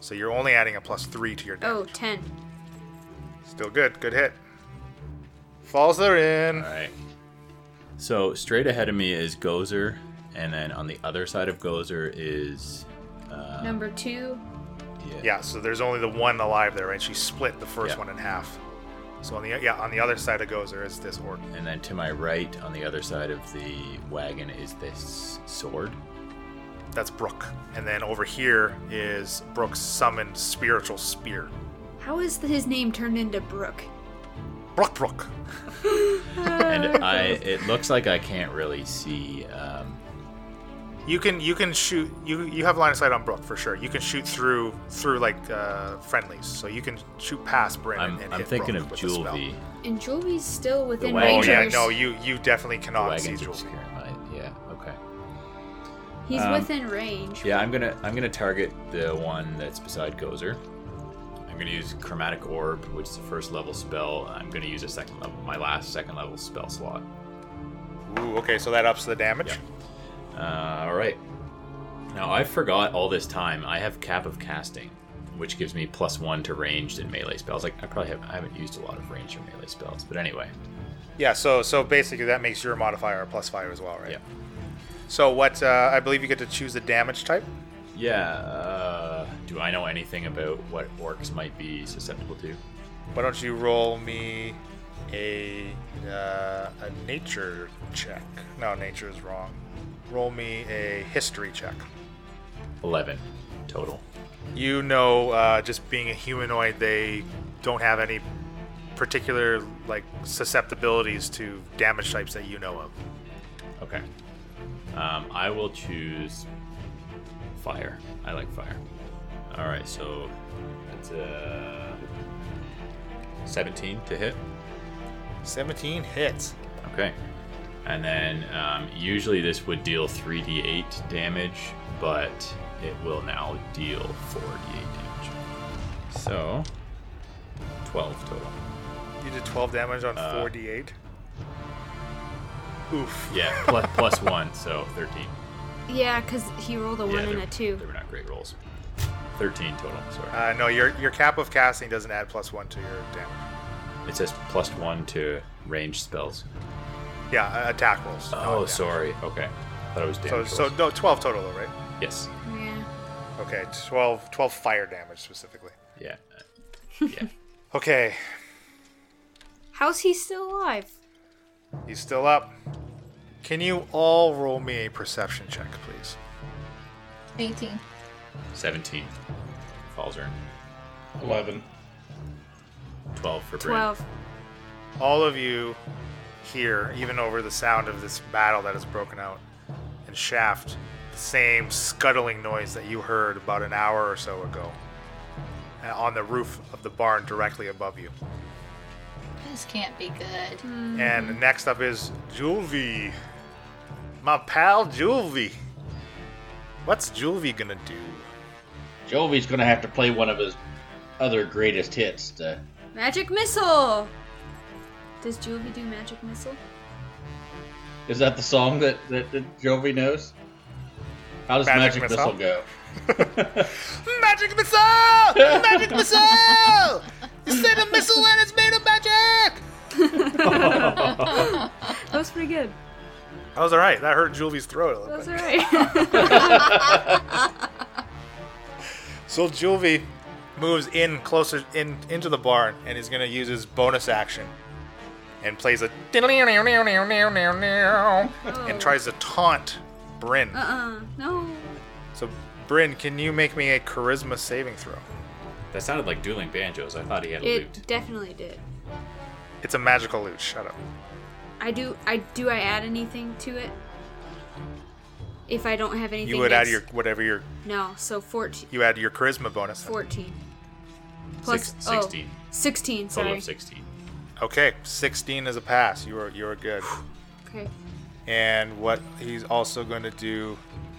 So you're only adding a plus three to your
Oh,
damage.
ten. Oh.
Still good, good hit. Falls are in.
All right. So straight ahead of me is Gozer, and then on the other side of Gozer is
Number two.
Yeah, so there's only the one alive there, right? She split the first
Yeah.
one in half. So on the yeah on the other side of Gozer is this orc.
And then to my right, on the other side of the wagon, is this sword.
That's Brook. And then over here is Brook's summoned spiritual spear.
How is th- his name turned into Brook?
Brook Brook. Ah.
And I, it looks like I can't really see. Um,
You can you can shoot you you have line of sight on Brook for sure. You can shoot through through like uh, friendlies, so you can shoot past Bryn
I'm,
and, and
I'm
hit
thinking
Brook
of
with the spell.
Julvi.
And Jovi's still within
wagon.
Oh
range. of
yeah,
your s-
no, you you definitely
The
cannot Ah, see
wagon's
Julvi.
obscuring light. Yeah. Okay.
He's
Um,
within range.
Yeah, I'm gonna I'm gonna target the one that's beside Gozer. I'm gonna use Chromatic Orb, which is the first level spell. I'm gonna use a second level, my last second level spell slot.
Ooh, okay, so that ups the damage.
Yeah. Uh, all right. Now I forgot all this time. I have Cap of Casting, which gives me plus one to ranged and melee spells. Like I probably haven't, I haven't used a lot of ranged or melee spells, but anyway.
Yeah, so so basically that makes your modifier a plus five as well, right?
Yeah.
So what? Uh, I believe you get to choose the damage type.
Yeah. Uh, do I know anything about what orcs might be susceptible to?
Why don't you roll me a uh, a nature check? No, nature is wrong. Roll me a history check.
Eleven total.
You know, uh, just being a humanoid, they don't have any particular like susceptibilities to damage types that you know of.
Okay. Um, I will choose fire. I like fire. All right, so that's a 17 to hit.
17 hits.
Okay. And then um, usually this would deal 3d8 damage, but it will now deal 4d8 damage. So 12 total.
You did 12 damage on
Uh,
4d8. Oof.
Yeah, plus, plus 1, so 13.
Yeah, because he rolled a
Yeah,
one and
they-
a two.
They were not great rolls. 13 total, sorry.
Uh, no, your your cap of casting doesn't add plus one to your damage.
It says plus one to range spells.
Yeah, uh, attack rolls. not
Oh,
damage.
sorry. Okay. Thought it was
So,
damage.
so
rolls.
no, 12 total, though, right?
yes.
Yeah.
Okay, 12, 12 fire damage specifically.
Yeah. Yeah.
Okay,
How's he still alive?
he's still up. Can you all roll me a perception check, please?
18.
Seventeen. Falls are
Eleven.
twelve for Bryn.
Twelve.
All of you hear, even over the sound of this battle that has broken out in Shaft, the same scuttling noise that you heard about an hour or so ago uh, on the roof of the barn directly above you.
This can't be good.
And next up is Julvi. My pal Julvi. What's Julvi gonna do?
Jovi's gonna have to play one of his other greatest hits to
Magic missile. Does Juvie do magic missile?
Is that the song that, that, that Jovi knows? How does
Magic
Magic,
Missile?
Missile, go?
Magic missile! Magic missile! You send a missile and it's made of magic!
That was pretty good.
That was alright. That hurt Julvi's throat a little
That was
bit.
alright.
So Julvi moves in closer in into the barn and is gonna use his bonus action and plays a
Oh.
and tries to taunt Bryn.
Uh-uh.
Uh, no.
So Bryn, can you make me a charisma saving throw?
That sounded like dueling banjos. I thought he had a
It
loot.
definitely did.
It's a magical loot. Shut up.
I do. I do. I add anything to it. If I don't have anything,
You would add
that's-
your whatever your
no. So fourteen.
you add your charisma bonus.
Fourteen. Plus
Six-
oh,
16.
16,
Total
Sorry.
of 16.
Okay, 16 is a pass. You are you are good.
Okay.
And what he's also going to do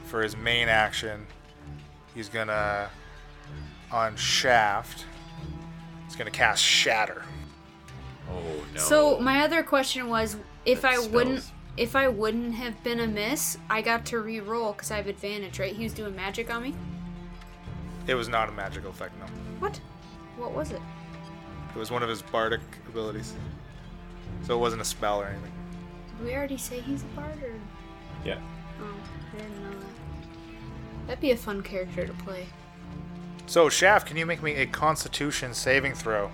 for his main action, he's going to, on Shaft, he's going to cast Shatter.
Oh no.
So my other question was, if
That
I wouldn't,
spells.
if I wouldn't have been a miss, I got to re-roll because I have advantage, right? He was doing magic on me.
It was not a magical effect, no.
What? What was it?
It was one of his bardic abilities. So it wasn't a spell or anything.
Did we already say he's a bard? Or...
yeah.
Oh, I didn't know that. That'd be a fun character to play.
So, Shaft, can you make me a constitution saving throw?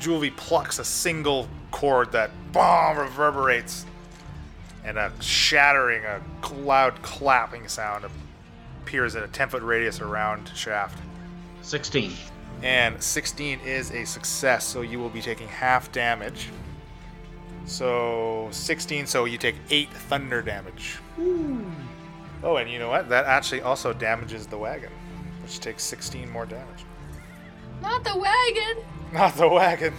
Juvie plucks a single chord that bomb reverberates, and a shattering, a loud clapping sound appears in a 10 foot radius around Shaft.
16.
And 16 is a success, so you will be taking half damage. So, 16, so you take 8 thunder damage. Oh, and you know what? That actually also damages the wagon, which takes 16 more damage.
Not the wagon!
Not the wagon.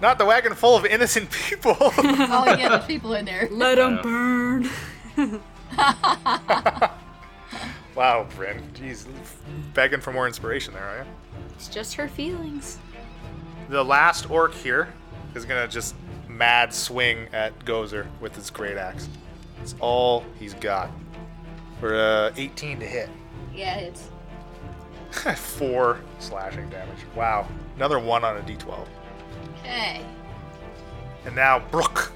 Not the wagon full of innocent people.
All you get is people in there.
Let
Uh,
him burn.
wow, Bryn. Jeez. Begging for more inspiration there, are you?
It's just her feelings.
The last orc here is going to just mad swing at Gozer with his great axe. It's all he's got. For uh, 18 to hit.
Yeah, it's.
Four slashing damage. Wow. Another one on a d12.
Okay.
And now Brook.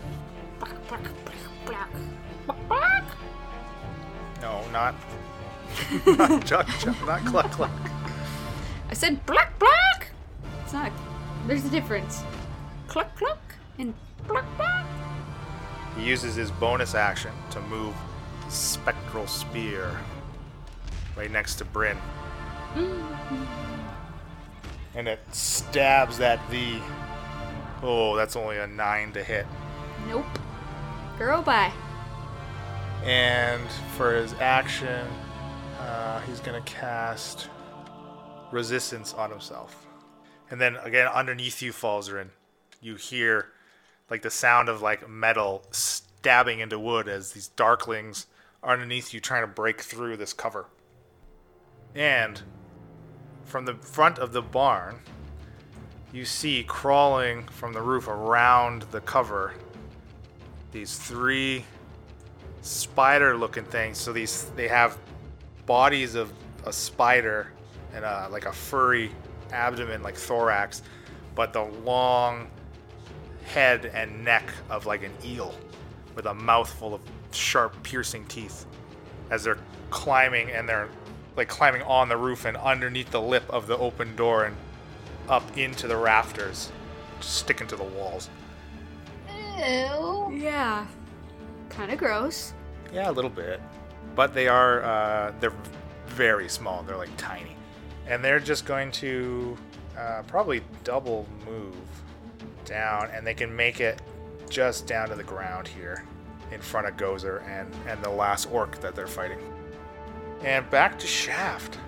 No, not. not Chuck Chuck. Not Cluck Cluck.
I said black black. It's not. There's a difference. Cluck cluck and black black.
He uses his bonus action to move Spectral Spear right next to Bryn. and it stabs at the. Oh, that's only a 9 to hit.
Nope. Girl, bye.
And for his action, uh, he's going to cast Resistance on himself. And then again, underneath you, Falzarin, you hear like the sound of like metal stabbing into wood as these darklings are underneath you trying to break through this cover. And from the front of the barn, you see crawling from the roof around the cover these three spider looking things. So these they have bodies of a spider and a, like a furry abdomen, like thorax, but the long head and neck of like an eel with a mouthful of sharp, piercing teeth as they're climbing and they're like climbing on the roof and underneath the lip of the open door and up into the rafters, sticking to the walls.
Ew.
Yeah. Kind of gross.
Yeah, a little bit. But they are uh, they're very small. They're like tiny, and they're just going to uh, probably double move down, and they can make it just down to the ground here in front of Gozer and and the last orc that they're fighting. And back to Shaft.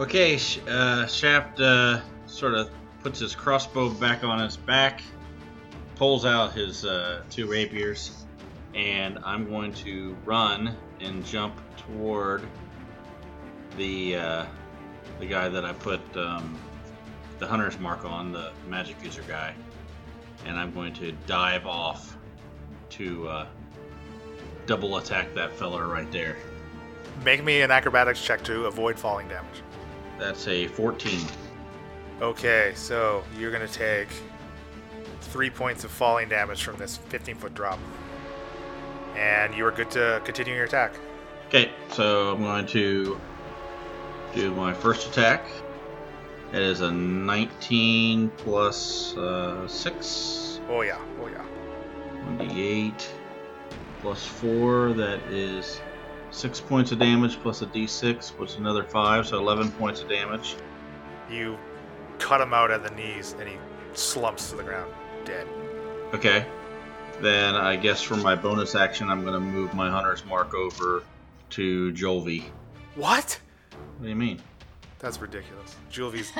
Okay, Sh- uh, Shaft uh, sort of puts his crossbow back on his back, pulls out his uh, two rapiers, and I'm going to run and jump toward the uh, the guy that I put um, the hunter's mark on, the magic user guy, and I'm going to dive off to uh, double attack that feller right there.
Make me an acrobatics check to avoid falling damage.
That's a 14.
Okay, so you're gonna take three points of falling damage from this 15 foot drop, and you are good to continue your attack.
Okay, so I'm going to do my first attack. It is a 19 plus uh, 6,
Oh yeah, oh yeah.
28 plus 4. That is 6 points of damage plus a d6, which is another 5, so 11 points of damage.
You cut him out at the knees, and he slumps to the ground, dead.
Okay. Then I guess for my bonus action, I'm going to move my Hunter's Mark over to Jolvi.
What?
What do you mean?
That's ridiculous. Julvie's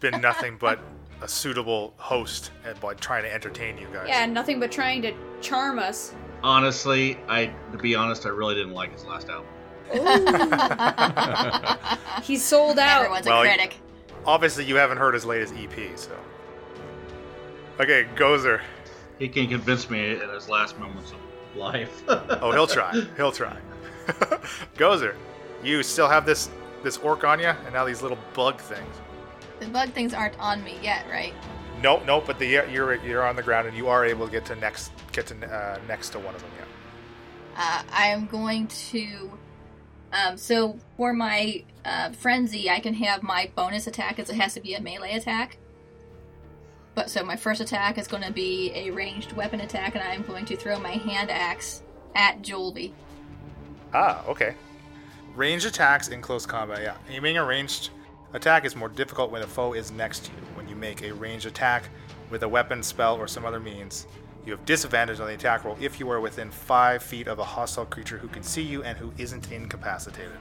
been nothing but a suitable host and by trying to entertain you guys.
Yeah, nothing but trying to charm us.
Honestly, I to be honest, I really didn't like his last album.
He's sold out.
Everyone's
Well,
a
you-
critic.
Obviously, you haven't heard his latest EP, so. Okay, Gozer.
He can convince me in his last moments of life.
Oh, he'll try. He'll try. Gozer, you still have this this orc on you, and now these little bug things.
The bug things aren't on me yet, right?
Nope, nope. But the you're you're on the ground, and you are able to get to next get to uh, next to one of them. Yeah.
Uh, I am going to. Um, so for my uh, frenzy, I can have my bonus attack as it has to be a melee attack. But so my first attack is going to be a ranged weapon attack, and I am going to throw my hand axe at Jolby.
Ah, okay. Ranged attacks in close combat. Yeah, aiming a ranged attack is more difficult when a foe is next to you. When you make a ranged attack with a weapon, spell, or some other means, you have disadvantage on the attack roll if you are within five feet of a hostile creature who can see you and who isn't incapacitated.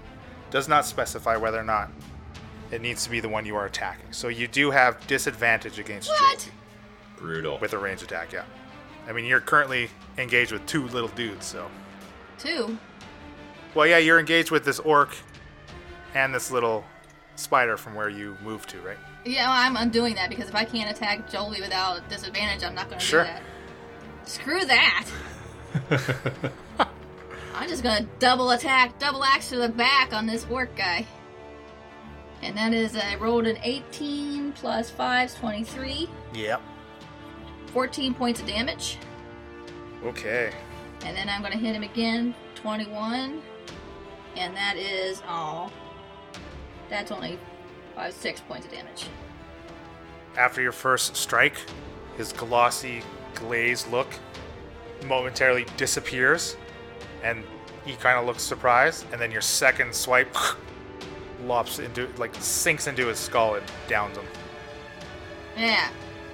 Does not specify whether or not it needs to be the one you are attacking. So you do have disadvantage against
What?
Jolty.
Brutal.
with a range attack. Yeah, I mean you're currently engaged with two little dudes. So,
Two.
well, yeah, you're engaged with this orc and this little spider from where you moved to, right?
Yeah, well, I'm undoing that because if I can't attack Jolby without disadvantage, I'm not going to
Sure.
do that. Screw that. I'm just going to double attack, double axe to the back on this orc guy. And that is, I rolled an 18 plus 5 is 23,
Yep.
14 points of damage.
Okay.
And then I'm going to hit him again, 21. And that is, oh, that's only 5, 6 points of damage.
After your first strike, his glossy, glazed look momentarily disappears, and he kind of looks surprised. And then your second swipe lops into, like, sinks into his skull and downs him.
Yeah,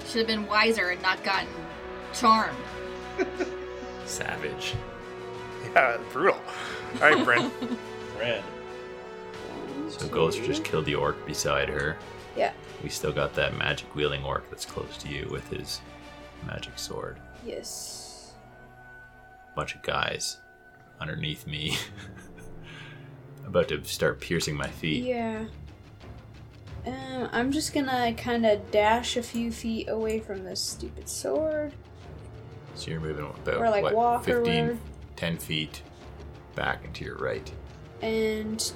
should have been wiser and not gotten charmed.
Savage.
Yeah, brutal. All right, Bryn.
Red.
So Ghost just killed the orc beside her.
Yeah.
We still got that magic wielding orc that's close to you with his magic sword.
Yes.
bunch of guys underneath me about to start piercing my feet.
Yeah. Um, I'm just gonna kind of dash a few feet away from this stupid sword.
So you're moving about
Or, like,
what,
walk or
15,
whatever.
10 feet back into your right.
and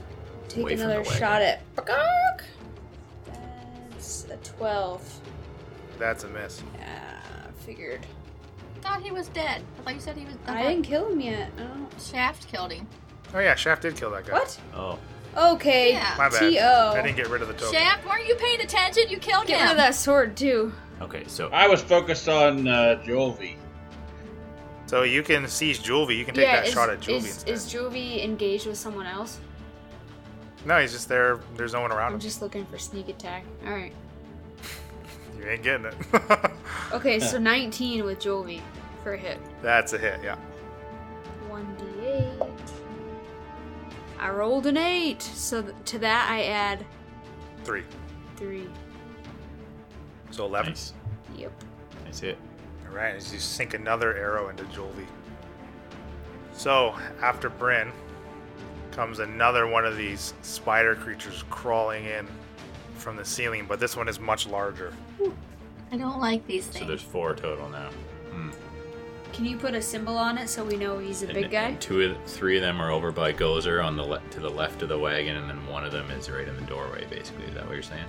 take
Away from
another
the wagon.
shot at Bakak. That's a 12.
That's a miss.
Yeah,
Ah,
figured.
Thought he was dead. I thought you said he was.
I didn't kill him yet. I don't...
Shaft killed him.
Oh yeah, Shaft did kill that guy.
What?
Oh,
Okay.
Yeah.
My bad.
T.O..
I didn't get rid of the token.
Shaft, weren't you paying attention? You killed
Get
him.
rid of that sword too.
okay. So
I was focused on uh, Jolvi.
So you can seize Juvie. You can take that shot at Juvie
is,
instead.
is Juvie engaged with someone else?
no, he's just there. There's no one around
I'm
him.
just looking for sneak attack. All right.
You ain't getting it.
Okay, so 19 with Jolvi for a hit.
That's a hit. Yeah.
1d8. I rolled an 8. So th- to that I add
Three.
3.
So eleven.
nice.
Yep.
Nice hit.
All right. As you sink another arrow into Juvie. So after Bryn comes another one of these spider creatures crawling in from the ceiling, but this one is much larger.
I don't like these
So
things.
there's four total now.
Can you put a symbol on it so we know he's a
And-
big guy?
and two of three of them are over by Gozer on the le- to the left of the wagon, and then one of them is right in the doorway. Basically, is that what you're saying?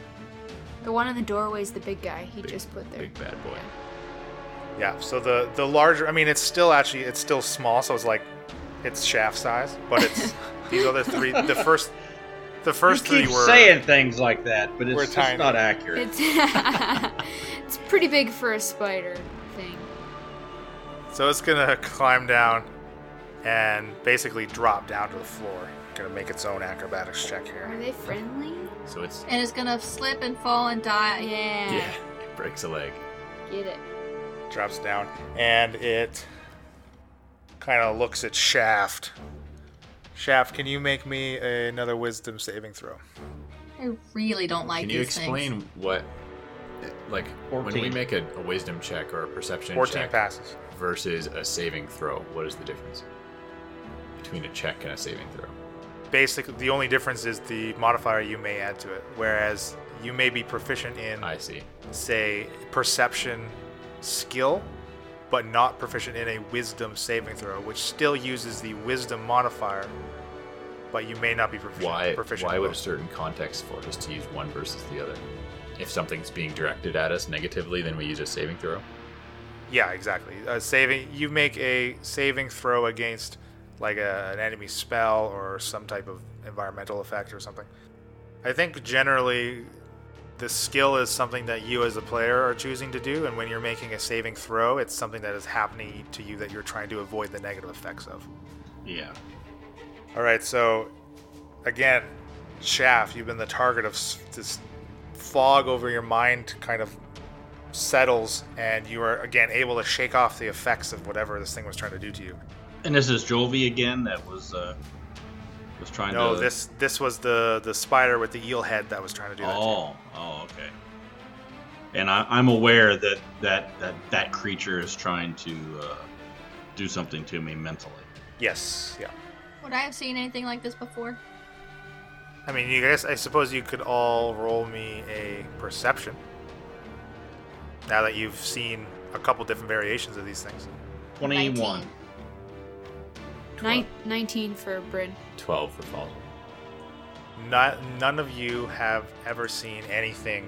The one in the doorway is the big guy he
Big-
just put there.
Big bad boy.
Yeah. So the the larger. I mean, it's still actually it's still small. So it's like it's shaft size, but it's these other three. The first The first
you keep
three were
saying things like that, but
were
it's, it's
tiny.
not accurate.
It's it's pretty big for a spider thing.
So it's gonna climb down and basically drop down to the floor. Gonna make its own acrobatics check
Are
here.
they friendly?
So it's
And it's gonna slip and fall and die.
Uh, Yeah.
yeah, it breaks a leg.
Get it.
Drops down and it kind of looks at Shaft. Shaft, can you make me another wisdom saving throw?
I really don't like
Can
these
you explain what, like, when we
14.
make a, a wisdom check or a perception
14
check
passes.
versus a saving throw, what is the difference between a check and a saving throw?
Basically, the only difference is the modifier you may add to it, whereas you may be proficient in
I see.
say perception skill but not proficient in a wisdom saving throw which still uses the wisdom modifier but you may not be proficient,
Why?
proficient
Why
in
would a
both.
certain context force us to use one versus the other? If something's being directed at us negatively, then we use a saving throw.
yeah exactly a saving you make a saving throw against like a, an enemy spell or some type of environmental effect or something i think generally the skill is something that you as a player are choosing to do and when you're making a saving throw it's something that is happening to you that you're trying to avoid the negative effects of
Yeah.
All right, so again, Shaft, you've been the target of s- this fog over your mind kind of settles, and you are again able to shake off the effects of whatever this thing was trying to do to you.
And this is Jolvi again that was uh was trying
No,
to
this this was the the spider with the eel head that was trying to do that. to you.
Oh, oh, okay. And I, I'm aware that that that that creature is trying to uh, do something to me mentally.
Yes, yeah.
things. Would I have seen anything like this before?
I mean, you guys, I suppose you could all roll me a perception. Now that you've seen a couple different variations of these things.
Twenty-one.
19.
Nine, 19 for Bryn.
Twelve for fall.
not, none of you have ever seen anything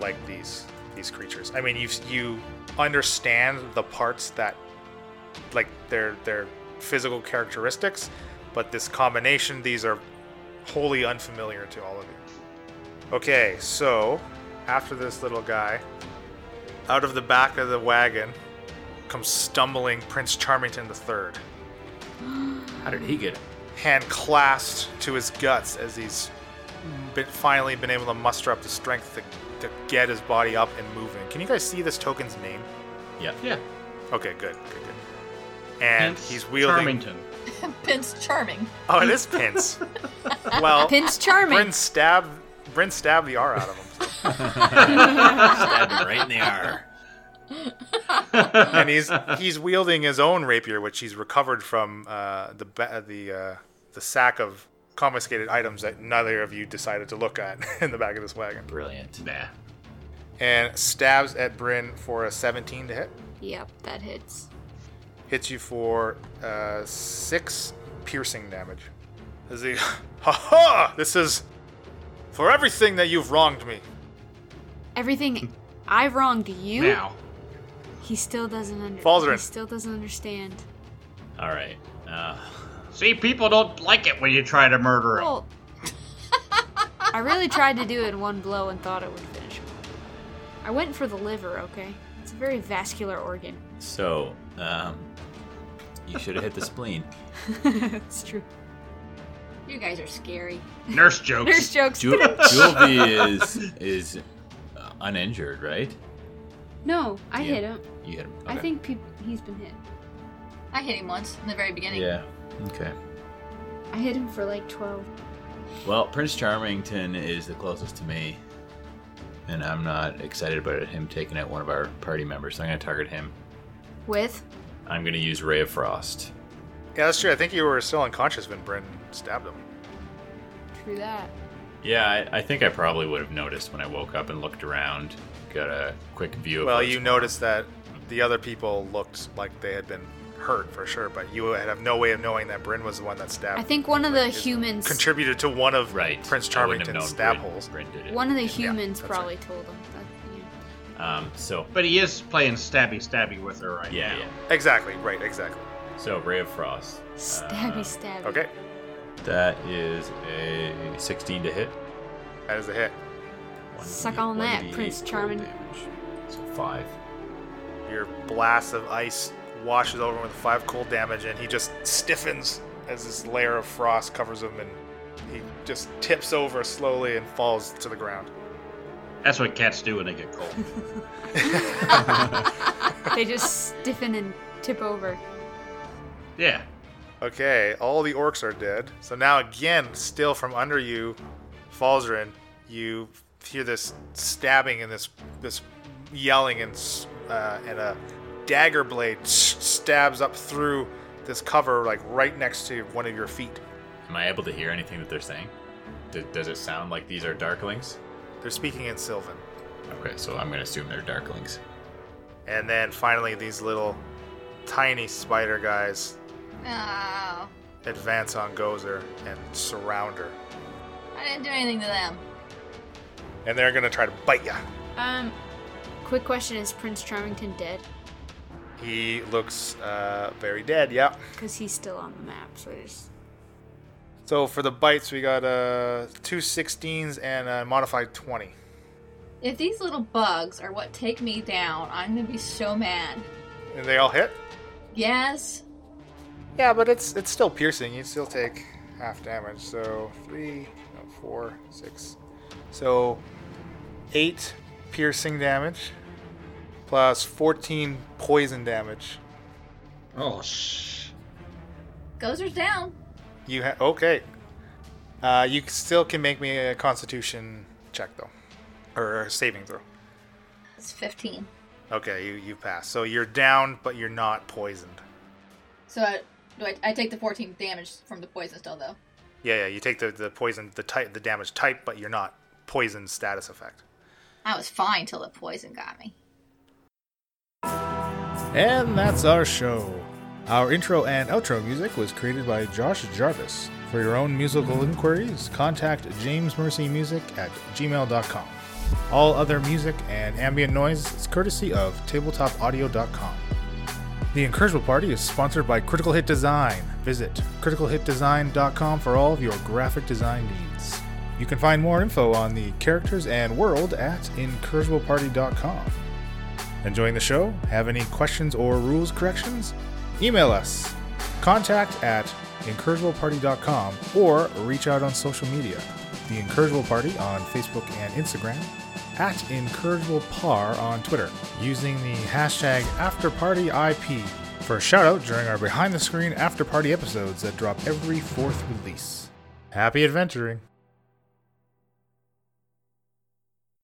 like these these creatures. I mean, you you understand the parts that like their their physical characteristics, but this combination these are wholly unfamiliar to all of you. Okay, so after this little guy out of the back of the wagon comes stumbling Prince Charmington the 3rd
How did he get it?
hand clasped to his guts as he's been, finally been able to muster up the strength to, to get his body up and moving. Can you guys see this token's name?
Yeah.
Yeah.
Okay, good, good, good. And
Hence
he's wielding.
Charmington.
Prince Charming.
Oh, it is Pince.
Oh,
well,
Pin's charming.
Bryn stabbed Bryn stabbed the R out of him,
Stabbed him right in the arm.
and he's he's wielding his own rapier, which he's recovered from uh, the ba- the uh, the sack of confiscated items that neither of you decided to look at in the back of this wagon.
Brilliant.
Nah.
and stabs at Bryn for a 17 to hit.
Yep, that hits.
Hits you for uh, six piercing damage. As he, ha ha! This is for everything that you've wronged me.
Everything I've wronged you.
Now.
He still doesn't under-
Falzarin.
He still doesn't understand.
All right. Uh,
See, people don't like it when you try to murder them.
Well, I really tried to do it in one blow and thought it would finish him. I went for the liver, okay? It's a very vascular organ.
so, um, you should have hit the spleen.
That's true.
You guys are scary.
Nurse jokes.
There's jokes.
Ju- Juvie is is uh, uninjured, right?
No, I
Yeah.
hit him.
You hit him.
I
Okay.
think peop he's been hit.
I hit him once in the very beginning.
Yeah. Okay.
I hit him for like 12.
Well, Prince Charmington is the closest to me, and I'm not excited about him taking out one of our party members. So I'm going to target him.
With?
I'm going to use Ray of Frost.
Yeah, that's true. I think you were still unconscious when Bryn stabbed him.
True that.
Yeah, I, I think I probably would have noticed when I woke up and looked around. Got a quick view of.
Well,
what's
you
going
noticed that the other people looked like they had been hurt for sure, but you would have no way of knowing that Bryn was the one that stabbed.
I think one of the
is
humans
contributed to one
on.
of
Right.
Prince
I wouldn't
Charmington's
have known
stab
Bryn-
holes.
Bryn did it.
one of the
Yeah,
humans
that's right.
probably told him. That, yeah.
Um. So.
But he is playing stabby stabby with her right
Yeah.
now.
yeah.
Exactly. Right. Exactly.
So Ray of Frost.
Stabby,
Uh,
stabby.
Okay.
That is a 16 to hit.
That is a hit.
One
Suck
D-
on
one
that,
D8
Prince
cold
Charming.
damage. So five.
Your blast of ice washes over him with five cold damage, and he just stiffens as this layer of frost covers him, and he just tips over slowly and falls to the ground.
That's what cats do when they get cold.
they just stiffen and tip over.
yeah.
Okay, all the orcs are dead. So now, again, still from under you, Falzarin, you hear this stabbing and this this yelling, and s- uh, and a dagger blade s- stabs up through this cover, like right next to one of your feet.
Am I able to hear anything that they're saying? D- does it sound like these are darklings?
They're speaking in Sylvan.
Okay, so I'm gonna assume they're darklings.
And then finally, these little tiny spider guys
Oh,
advance on Gozer and surround her.
I didn't do anything to them.
And they're gonna try to bite ya.
Um, quick question: Is Prince Charmington dead?
He looks uh, very dead, yeah.
Because he's still on the map, so there's
So for the bites, we got uh, two 16s and a modified 20.
If these little bugs are what take me down, I'm gonna be so mad.
And they all hit?
Yes.
Yeah, but it's it's still piercing. You still take half damage. So three, no, four, six. So eight piercing damage plus 14 poison damage.
Oh shh.
Gozer's down.
You ha- okay? Uh, you still can make me a Constitution check though, or a saving throw.
It's 15.
Okay, you you pass. So you're down, but you're not poisoned.
So I, do I, I take the 14 damage from the poison still, though.
Yeah, yeah. You take the the poison, the type, the damage type, but you're not poisoned status effect.
I was fine till the poison got me.
And that's our show. Our intro and outro music was created by Josh Jarvis. For your own musical inquiries, contact jamesmercymusic at gmail.com. All other music and ambient noise is courtesy of tabletopaudio.com. The Incursible Party is sponsored by Critical Hit Design. Visit criticalhitdesign.com for all of your graphic design needs. You can find more info on the characters and world at incursibleparty.com. Enjoying the show? Have any questions or rules corrections? Email us contact at incursibleparty.com or reach out on social media. The Incursible Party on Facebook and Instagram, at IncursiblePar on Twitter, using the hashtag AfterPartyIP for a shout out during our behind the screen after party episodes that drop every fourth release. Happy adventuring!